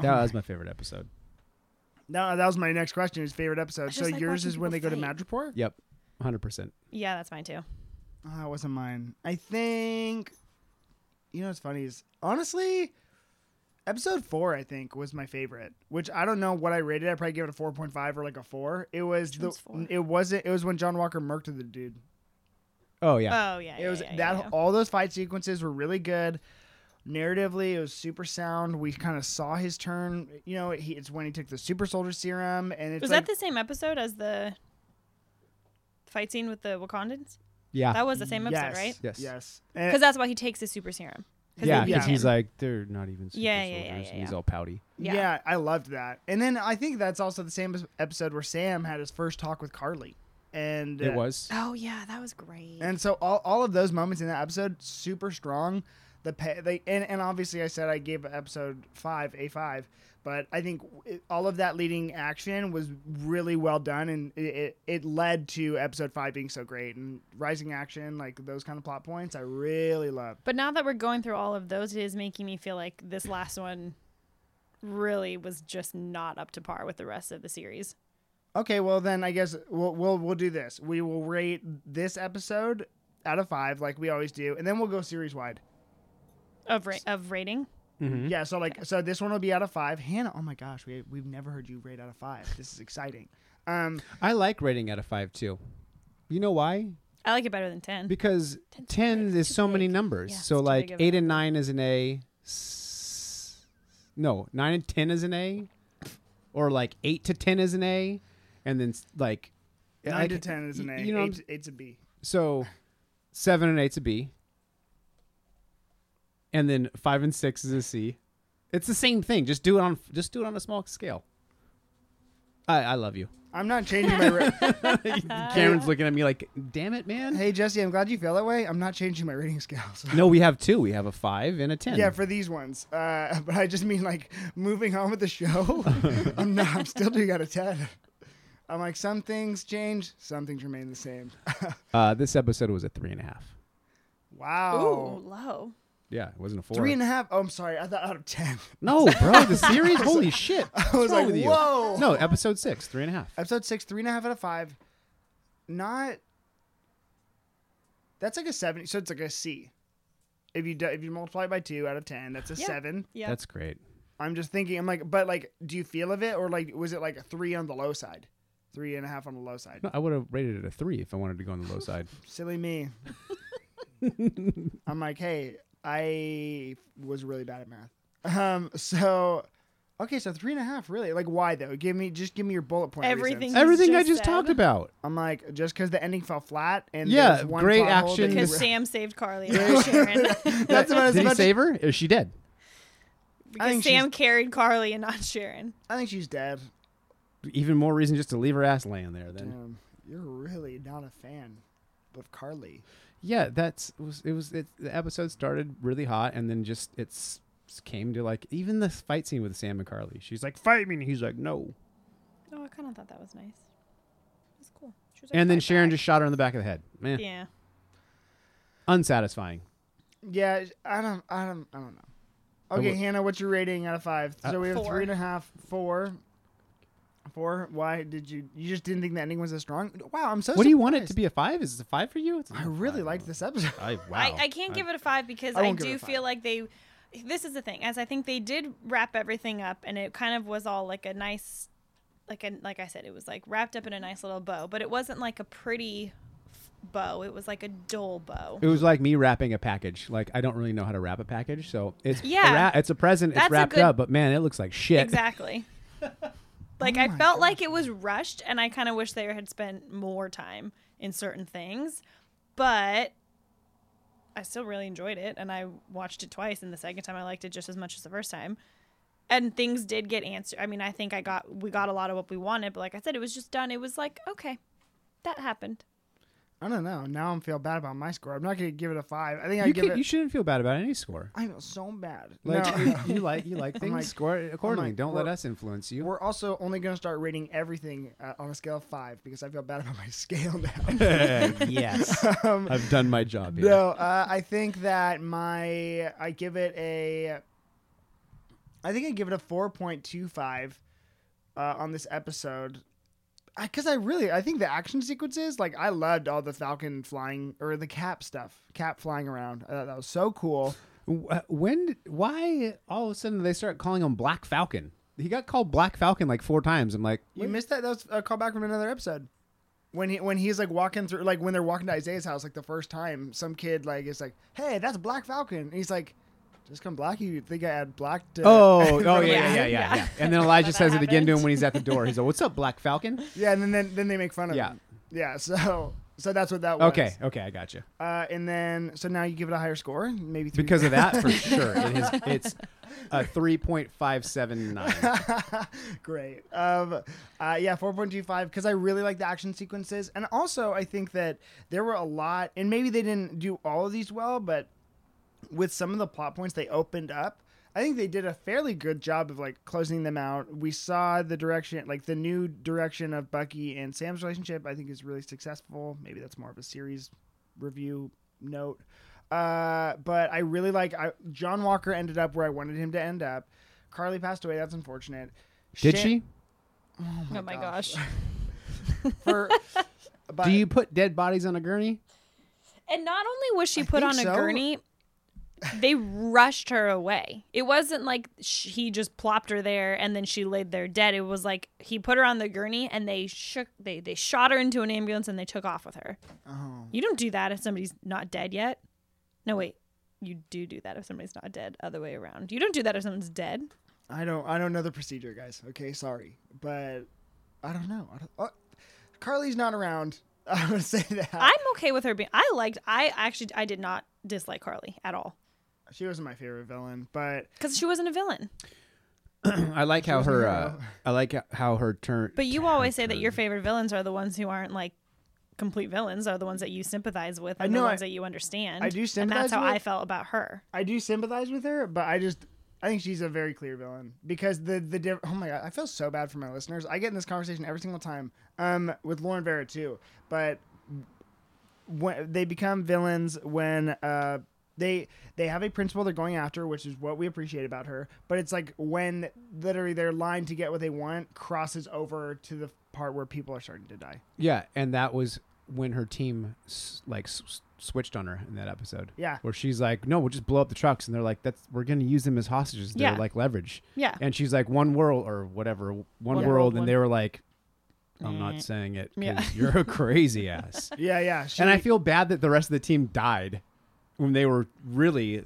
That was my favorite episode. No, that was my next question. His favorite episode. just So like yours watching is when they people go to fight. Madripoor. Yep. 100%. Yeah, that's mine too. Oh, that wasn't mine. I think. You know what's funny is honestly, Episode four, I think, was my favorite. Which I don't know what I rated. I probably gave it a four point five or like a four. It was the one's four? it wasn't it was when John Walker murked the dude. Oh yeah. Oh yeah, It was yeah, yeah, that yeah. all those fight sequences were really good. Narratively, it was super sound. We kind of saw his turn. You know, he, it's when he took the super soldier serum, and it's Was like, that the same episode as the fight scene with the Wakandans? yeah. That was the same episode, yes, right? Yes. Yes. Because And, that's why he takes his super serum. yeah, they yeah. because beat he's him. like they're not even super Yeah, yeah, soldiers, yeah, yeah, and he's yeah. all pouty. yeah. yeah. I loved that. And then I think that's also the same as- episode where Sam had his first talk with Carly, and It uh, was. Oh yeah, that was great. And so all, all of those moments in that episode, super strong. The pay, they and, and obviously I said I gave episode five a five, but I think it, all of that leading action was really well done, and it, it, it led to episode five being so great and rising action like those kind of plot points I really loved. but now that we're going through all of those, it is making me feel like this last one really was just not up to par with the rest of the series. Okay, well then I guess we'll we'll, we'll do this. We will rate this episode out of five like we always do, and then we'll go series wide. Of ra- of rating. Mm-hmm. Yeah, so like so this one will be out of five. Hannah, oh my gosh, we we've never heard you rate out of five. This is exciting. Um I like rating out of five too. You know why? I like it better than ten. Because ten is too so many big. numbers. Yeah, so it's too like big of a eight and nine is an A. S- No, nine and ten is an A, or like eight to ten is an A, and then s- like nine I to ca- ten is an y- A. You know, what I'm Eight- eight's a B. So seven and eight's a B. And then five and six is a C. It's the same thing. Just do it on just do it on a small scale. I, I love you. I'm not changing my ra- Uh, Cameron's looking at me like, damn it, man. Hey Jesse, I'm glad you feel that way. I'm not changing my rating scales. No, we have two. We have a five and a ten. yeah, for these ones. Uh, but I just mean like moving on with the show. I'm not I'm still doing out of ten. I'm like some things change, some things remain the same. uh, this episode was a three and a half. wow. Oh. Ooh, low. Yeah, it wasn't a four. Three and a half. Oh, I'm sorry. I thought out of ten. no, bro, the series. holy shit! What's I was wrong like, with you? whoa. No, episode six, three and a half. episode six, three and a half out of five. Not. That's like a seven. So it's like a C. If you do, if you multiply it by two out of ten, that's a Yeah. seven. Yeah. That's great. I'm just thinking. I'm like, but like, do you feel of it or like was it like a three on the low side, three and a half on the low side? No, I would have rated it a three if I wanted to go on the low side. Silly me. I'm like, hey, I was really bad at math. Um. So. Okay, so three and a half, really? Like, why though? Give me just give me your bullet point. Everything reasons. He's Everything I just just sad. talked about. I'm like, just because the ending fell flat and Yeah, there's one great plot hole that action. you Because re- Sam saved Carly. and Sharon. That's about as Did he much. save her? Is she dead? because think Sam carried Carly and not Sharon. I think she's dead. Even more reason just to leave her ass laying there. Then. Damn, you're really not a fan of Carly. Yeah, that's was it was it, the episode started really hot and then just it's came to like even the fight scene with Sam and Carly. She's like fight me, and he's like no, Oh, I kind of thought that was nice. It was cool. She was like, and then "Fight Sharon back." just shot her in the back of the head. Man, Yeah. unsatisfying. Yeah, I don't, I don't, I don't know. Okay, would- Hannah, what's your rating out of five? Uh, so we have Four. three and a half, four, four. Why did you? You just didn't think the ending was as strong? Wow, I'm so. what do you want it to be a five? Is it a five for you? It's I not a really five, liked no. this episode. I wow. I, I can't give it a five because I I, won't give it do a five. feel like they. This is the thing, as I think they did wrap everything up, and it kind of was all like a nice, like a like I said, it was like wrapped up in a nice little bow, but it wasn't like a pretty f- bow. It was like a dull bow. It was like me wrapping a package. Like I don't really know how to wrap a package, so it's Yeah. a wrap- it's a present. That's it's a wrapped good- up, but man, it looks like shit. Exactly. like I felt like it was rushed, and I kind of wish they had spent more time in certain things, but I still really enjoyed it, and I watched it twice, and the second time I liked it just as much as the first time. And things did get answered. I mean, I think I got we got a lot of what we wanted, but like I said, it was just done. It was like okay, that happened. I don't know. Now I'm feel bad about my score. I'm not gonna give it a five. I think I You, give can, it. you shouldn't feel bad about any score. I feel so bad. Like No. you, you like you like things like- score it accordingly. like, Don't let we're- us influence you. We're also only going to start rating everything uh, on a scale of five because I feel bad about my scale now. yes, um, I've done my job. Here. no, uh, I think that my I give it a. I think I give it a four point two five uh, on this episode because I, really I think the action sequences like I loved all the Falcon flying or the Cap stuff, Cap flying around. I thought that was so cool. Wh- uh, When? Why? All of a sudden they start calling him Black Falcon. He got called Black Falcon like four times. I'm like, You missed that. That was a callback from another episode. When he when he's like walking through, like when they're walking to Isaiah's house, like the first time, some kid like is like, "Hey, that's Black Falcon," and he's like, "Just come black." You think I add black to? oh, Yeah. oh yeah, yeah, yeah, yeah, Yeah. yeah. And then That Elijah says it again to him happened. when he's at the door. He's like, "What's up, Black Falcon?" yeah, and then, then then they make fun of Yeah. him. Yeah. So so that's what that was. Okay, okay, I got you. Uh, and then so now you give it a higher score, maybe three. Because of that, for sure, it is. It's a three point five seven nine. Great. Um, uh, yeah, 4.25 because I really like the action sequences. And also, I think that there were a lot, and maybe they didn't do all of these well, but with some of the plot points they opened up, I think they did a fairly good job of like closing them out. We saw the direction, like the new direction of Bucky and Sam's relationship, I think is really successful. Maybe that's more of a series review note. Uh, but I really like I, John Walker ended up where I wanted him to end up. Carly passed away. That's unfortunate. Did Shan- she? Oh my gosh. For, but, Do you put dead bodies on a gurney? And not only was she put think on a so. gurney, they rushed her away. It wasn't like sh- he just plopped her there and then she laid there dead. It was like he put her on the gurney and they shook they they shot her into an ambulance and they took off with her. Oh. You don't do that if somebody's not dead yet. No wait, you do do that if somebody's not dead. Other way around. You don't do that if someone's dead. I don't. I don't know the procedure, guys. Okay, sorry, but I don't know. I don't, oh, Carly's not around. I would say that I'm okay with her being. I liked. I actually I did not dislike Carly at all she wasn't my favorite villain, but because she wasn't a villain. I like how was a her. Uh, hero. I like how her turn. But you always say that your favorite villains are the ones who aren't like complete villains, are the ones that you sympathize with, and I know, the I- ones that you understand. I do and sympathize that's how with- I felt about her. I do sympathize with her. But I just, I think she's a very clear villain because the the diff- oh my god, I feel so bad for my listeners. I get in this conversation every single time, um, with Lauren Vera too. But when they become villains when uh they they have a principle they're going after which is what we appreciate about her but it's like when literally their line to get what they want crosses over to the part where people are starting to die Yeah, and that was when her team s- like s- s- switched on her in that episode. Yeah. where she's like, "No, we'll just blow up the trucks," and they're like, "That's we're gonna use them as hostages. They're Yeah. like leverage." Yeah. and she's like, "One world or whatever, one, world,", world, one- and they were like, "I'm not saying it Yeah. because you're a crazy ass." yeah yeah she, and I feel bad that the rest of the team died when they were really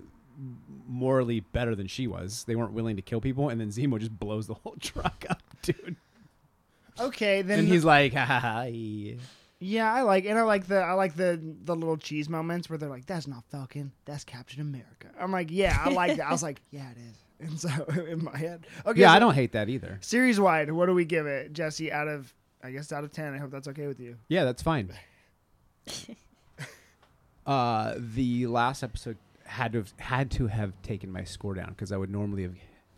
morally better than she was. They weren't willing to kill people, and then Zemo just blows the whole truck up, dude. okay then And he's like, "Ha ha ha." yeah." yeah i like and i like the i like the the little cheese moments where they're like that's not falcon that's captain america i'm like yeah i like that i was like yeah it is and so in my head okay Yeah, so I don't hate that either. series wide what do we give it jesse out of i guess out of 10 i hope that's okay with you Yeah, that's fine. uh, the last episode had to have, had to have taken my score down because I would normally have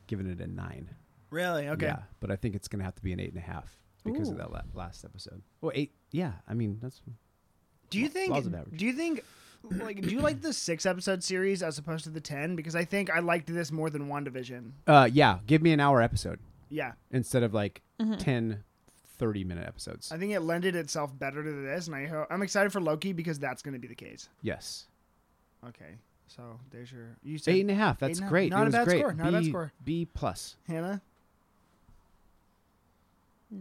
given it a nine. really okay Yeah, but I think it's gonna have to be an eight and a half because of Ooh. that la- last episode. Well, eight. Yeah, I mean that's Do you Laws of think? average. Do you think? Like, do you like the six episode series as opposed to the ten? Because I think I liked this more than WandaVision. uh, yeah. Give me an hour episode Yeah, instead of like Mm-hmm. 10, 30 minute episodes. Mm. I think it lended itself better to this, and I ho- I'm excited for Loki because that's going to be the case. yes, Okay, so there's your you said eight and a half. and That's a half. great. Not It a was bad great. score, not B, a bad score. B plus. Hannah.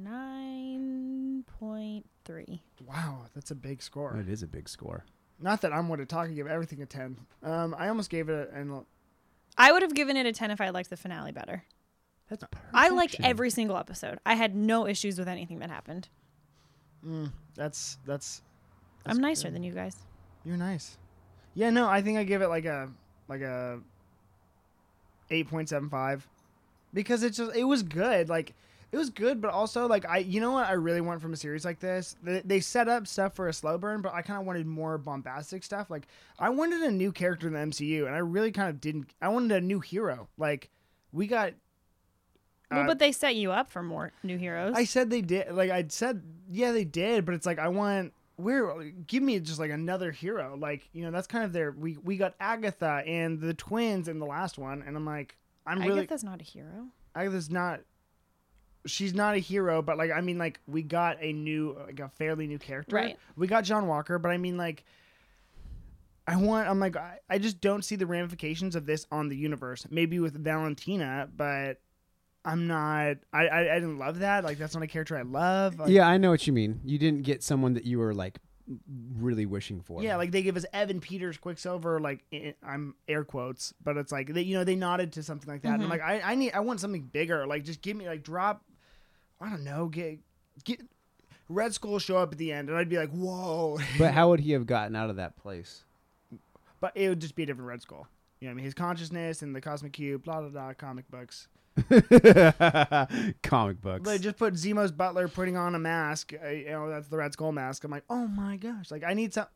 Nine point three. Wow, that's a big score. It is a big score. Not that I'm one to talk and give everything a ten. Um, I almost gave it a, an I would have given it a ten if I liked the finale better. That's I liked perfection. every single episode. I had no issues with anything that happened. mm, that's that's. I'm nicer than you guys. You're nice. Yeah, no, I think I give it like a like a eight point seven five because it's just it was good. Like it was good, but also like I you know what I really want from a series like this. They, they set up stuff for a slow burn, but I kind of wanted more bombastic stuff. Like I wanted a new character in the MCU, and I really kind of didn't. I wanted a new hero. Like we got. Well, uh, but they set you up for more new heroes. I said they did. Like I said, yeah, they did. But it's like I want where give me just like another hero. Like you know, that's kind of their. We we got Agatha and the twins in the last one, and I'm like, I'm I really guess that's not a hero. Agatha's not. She's not a hero, but like I mean, like we got a new, like a fairly new character. Right. We got John Walker, but I mean, like I want. I'm like, I, I just don't see the ramifications of this on the universe. Maybe with Valentina, but I'm not. I I, I didn't love that. Like that's not a character I love. Like, yeah, I know what you mean. You didn't get someone that you were like really wishing for. Yeah, like they give us Evan Peters Quicksilver, like i- I'm air quotes, but it's like they, you know, they nodded to something like that. And I'm like, I, I need, I want something bigger. Like, just give me, like, drop, I don't know, get, get Red Skull show up at the end, and I'd be like, whoa, but how would he have gotten out of that place? but it would just be a different Red Skull. You know, what I mean, his consciousness and the Cosmic Cube, blah blah blah, comic books. Comic books. They just put Zemo's butler putting on a mask. uh, you know, that's the Red Skull mask. I'm like, oh my gosh, like I need some,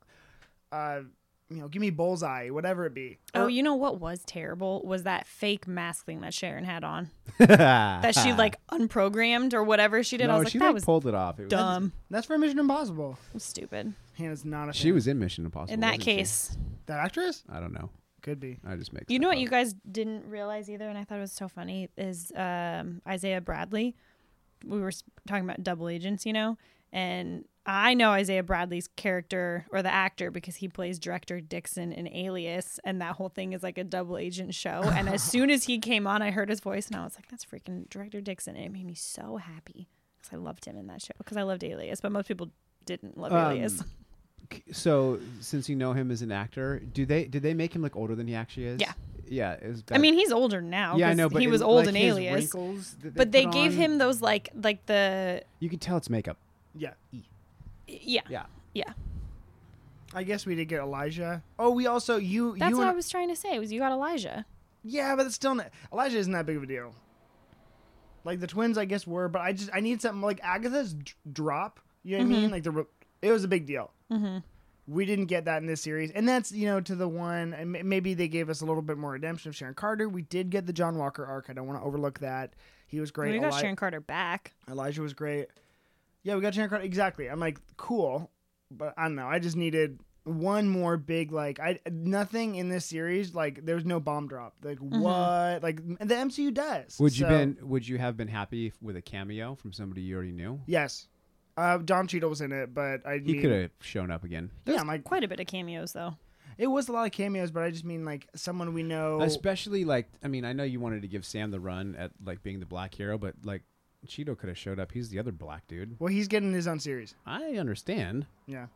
uh, you know, give me Bullseye, whatever it be. Oh, you know what was terrible was that fake mask thing that Sharon had on that that she like unprogrammed or whatever she did. Uh-huh. No, I was like, she that like was pulled it off. It was- dumb, That's for Mission Impossible. stupid. Hannah's not a She was in Mission Impossible. In that wasn't she? case, That actress? I don't know. Could be. I just make. you know stuff what up. you guys didn't realize either, and I thought it was so funny is um, Isaiah Bradley. We were s- talking about double agents, you know, and I know Isaiah Bradley's character or the actor because he plays director Dixon in Alias, and that whole thing is like a double agent show. And as soon as he came on, I heard his voice, and I was like, "That's freaking director Dixon!" And it made me so happy because I loved him in that show because I loved Alias, but most people didn't love Um, Alias. So since you know him as an actor, do they did they make him look older than he actually is? Yeah. Yeah. It was I mean, he's older now. yeah, I 'cause know. But he it- was old like, in his Alias. wrinkles that but they put gave on- him those like like the You can tell it's makeup. Yeah. yeah Yeah. yeah. I guess we did get Elijah. Oh, we also you That's you what and, I was trying to say. Was you got Elijah? Yeah, but it's still not, Elijah isn't that big of a deal. Like the twins, I guess were, but I just I need something like Agatha's d- drop. You know what Mm-hmm. I mean? Like the re- it was a big deal. Mm-hmm. We didn't get that in this series, and that's you know to the one. And ma- maybe they gave us a little bit more redemption of Sharon Carter. We did get the John Walker arc. I don't want to overlook that. He was great. we got Eli- Sharon Carter back. Elijah was great. Yeah, we got Sharon Carter. Exactly. I'm like, cool. But I don't know. I just needed one more big like I nothing in this series like there was no bomb drop like what like the MCU does. Would you So, been Would you have been happy if- with a cameo from somebody you already knew? yes? Uh, Don Cheadle was in it, but I He mean- could have shown up again, Yeah, There's I'm like quite a bit of cameos though. it was a lot of cameos, but I just mean like someone we know. especially like I mean, I know you wanted to give Sam the run at like being the black hero, but like Cheeto could have showed up. He's the other black dude. well, he's getting his own series. I understand, Yeah,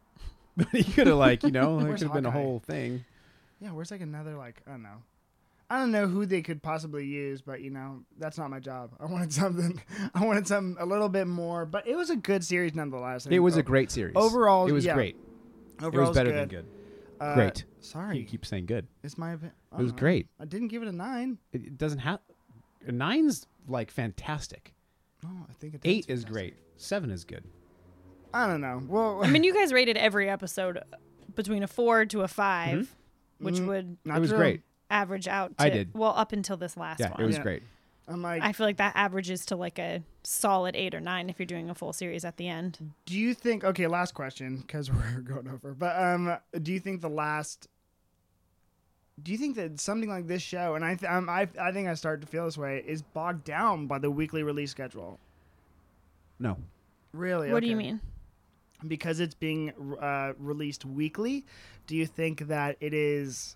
but he could have like you know, it Where's could have been a Hawkeye? whole thing. yeah. Where's like another like I don't know. I don't know who they could possibly use, but you know that's not my job. I wanted something. I wanted something a little bit more, but it was a good series nonetheless. It was a great series. overall, it was yeah. great. Overall, it was better than good. Uh, Uh-huh. great. Sorry, You keep saying good. it's my. Opi- I It don't was know. great. I didn't give it a nine. It, it doesn't have nine's like fantastic. No, Oh, I think it Eight is great. Seven is good. I don't know. Well, I mean, you guys rated every episode between a four to a 5 which would not it was true. great. average out. To, Mm-hmm. I did. well up until this last Yeah, one. it was Yeah. great. I'm like, I feel like that averages to like a solid eight or nine if you're doing a full series at the end. do you think? Okay, last question because we're going over. But um, do you think the last? Do you think that something like this show, and I, th- um, I, I think I start to feel this way, is bogged down by the weekly release schedule? No, Really? What do you Okay. mean? because it's being uh, released weekly, do you think that it is?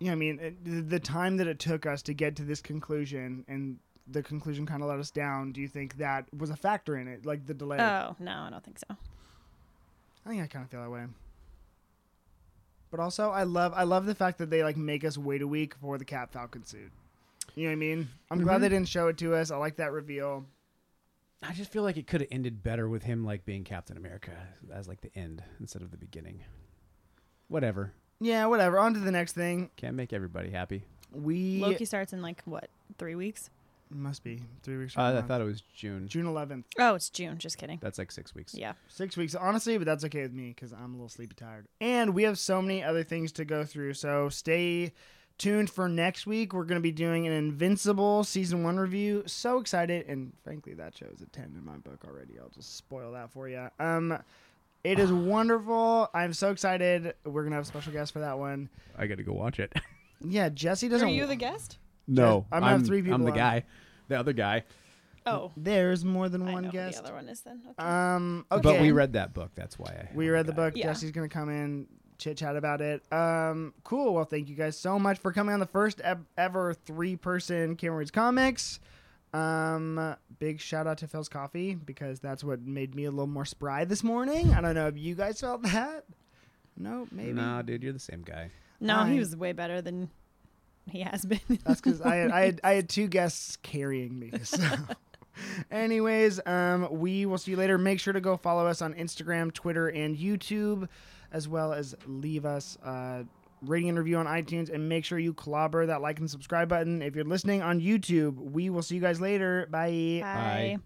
You know, I mean, it- the- the time that it took us to get to this conclusion, and the conclusion kind of let us down. Do you think that was a factor in it, like the delay? Oh no, I don't think so. I think I kind of feel that way. But also, I love I love the fact that they like make us wait a week for the Cap Falcon suit. You know what I mean? I'm glad they didn't show it to us. I like that reveal. I just feel like it could have ended better with him like being Captain America as like the end instead of the beginning. Whatever. Yeah, whatever. On to the next thing. Can't make everybody happy. We Loki starts in like what three weeks? must be three weeks. from Uh, I now. thought it was June. June 11th. Oh, it's June. Just kidding. That's like six weeks. Yeah. Six weeks, honestly, but that's okay with me because I'm a little sleepy tired. And we have so many other things to go through. So stay tuned for next week. We're going to be doing an Invincible season one review. So excited. And frankly, that show is a 10 in my book already. I'll just spoil that for you. Um, it is wonderful. I'm so excited. We're going to have a special guest for that one. I got to go watch it. Yeah, Jesse doesn't. Are you the guest? no, I'm gonna have three people I'm the on. guy, the other guy. Oh, There's more than I one know who guest. The other one is then. Okay. Um, okay. But we read that book. That's why I. We I'm read the the guy. book. Yeah. Jesse's going to come in. chit chat about it. Um, cool. Well, thank you guys so much for coming on the first ev- ever three person Cameron's Comics. Um, big shout out to Phil's Coffee because that's what made me a little more spry this morning. I don't know if you guys felt that. No, maybe. Nah, dude, you're the same guy. No, I- he was way better than he has been. That's because I had, I had I had two guests carrying me. So. Anyways, um, we will see you later. Make sure to go follow us on Instagram, Twitter, and YouTube, as well as leave us uh, rating and review on iTunes. And make sure you clobber that like and subscribe button if you're listening on YouTube. We will see you guys later. Bye. Bye.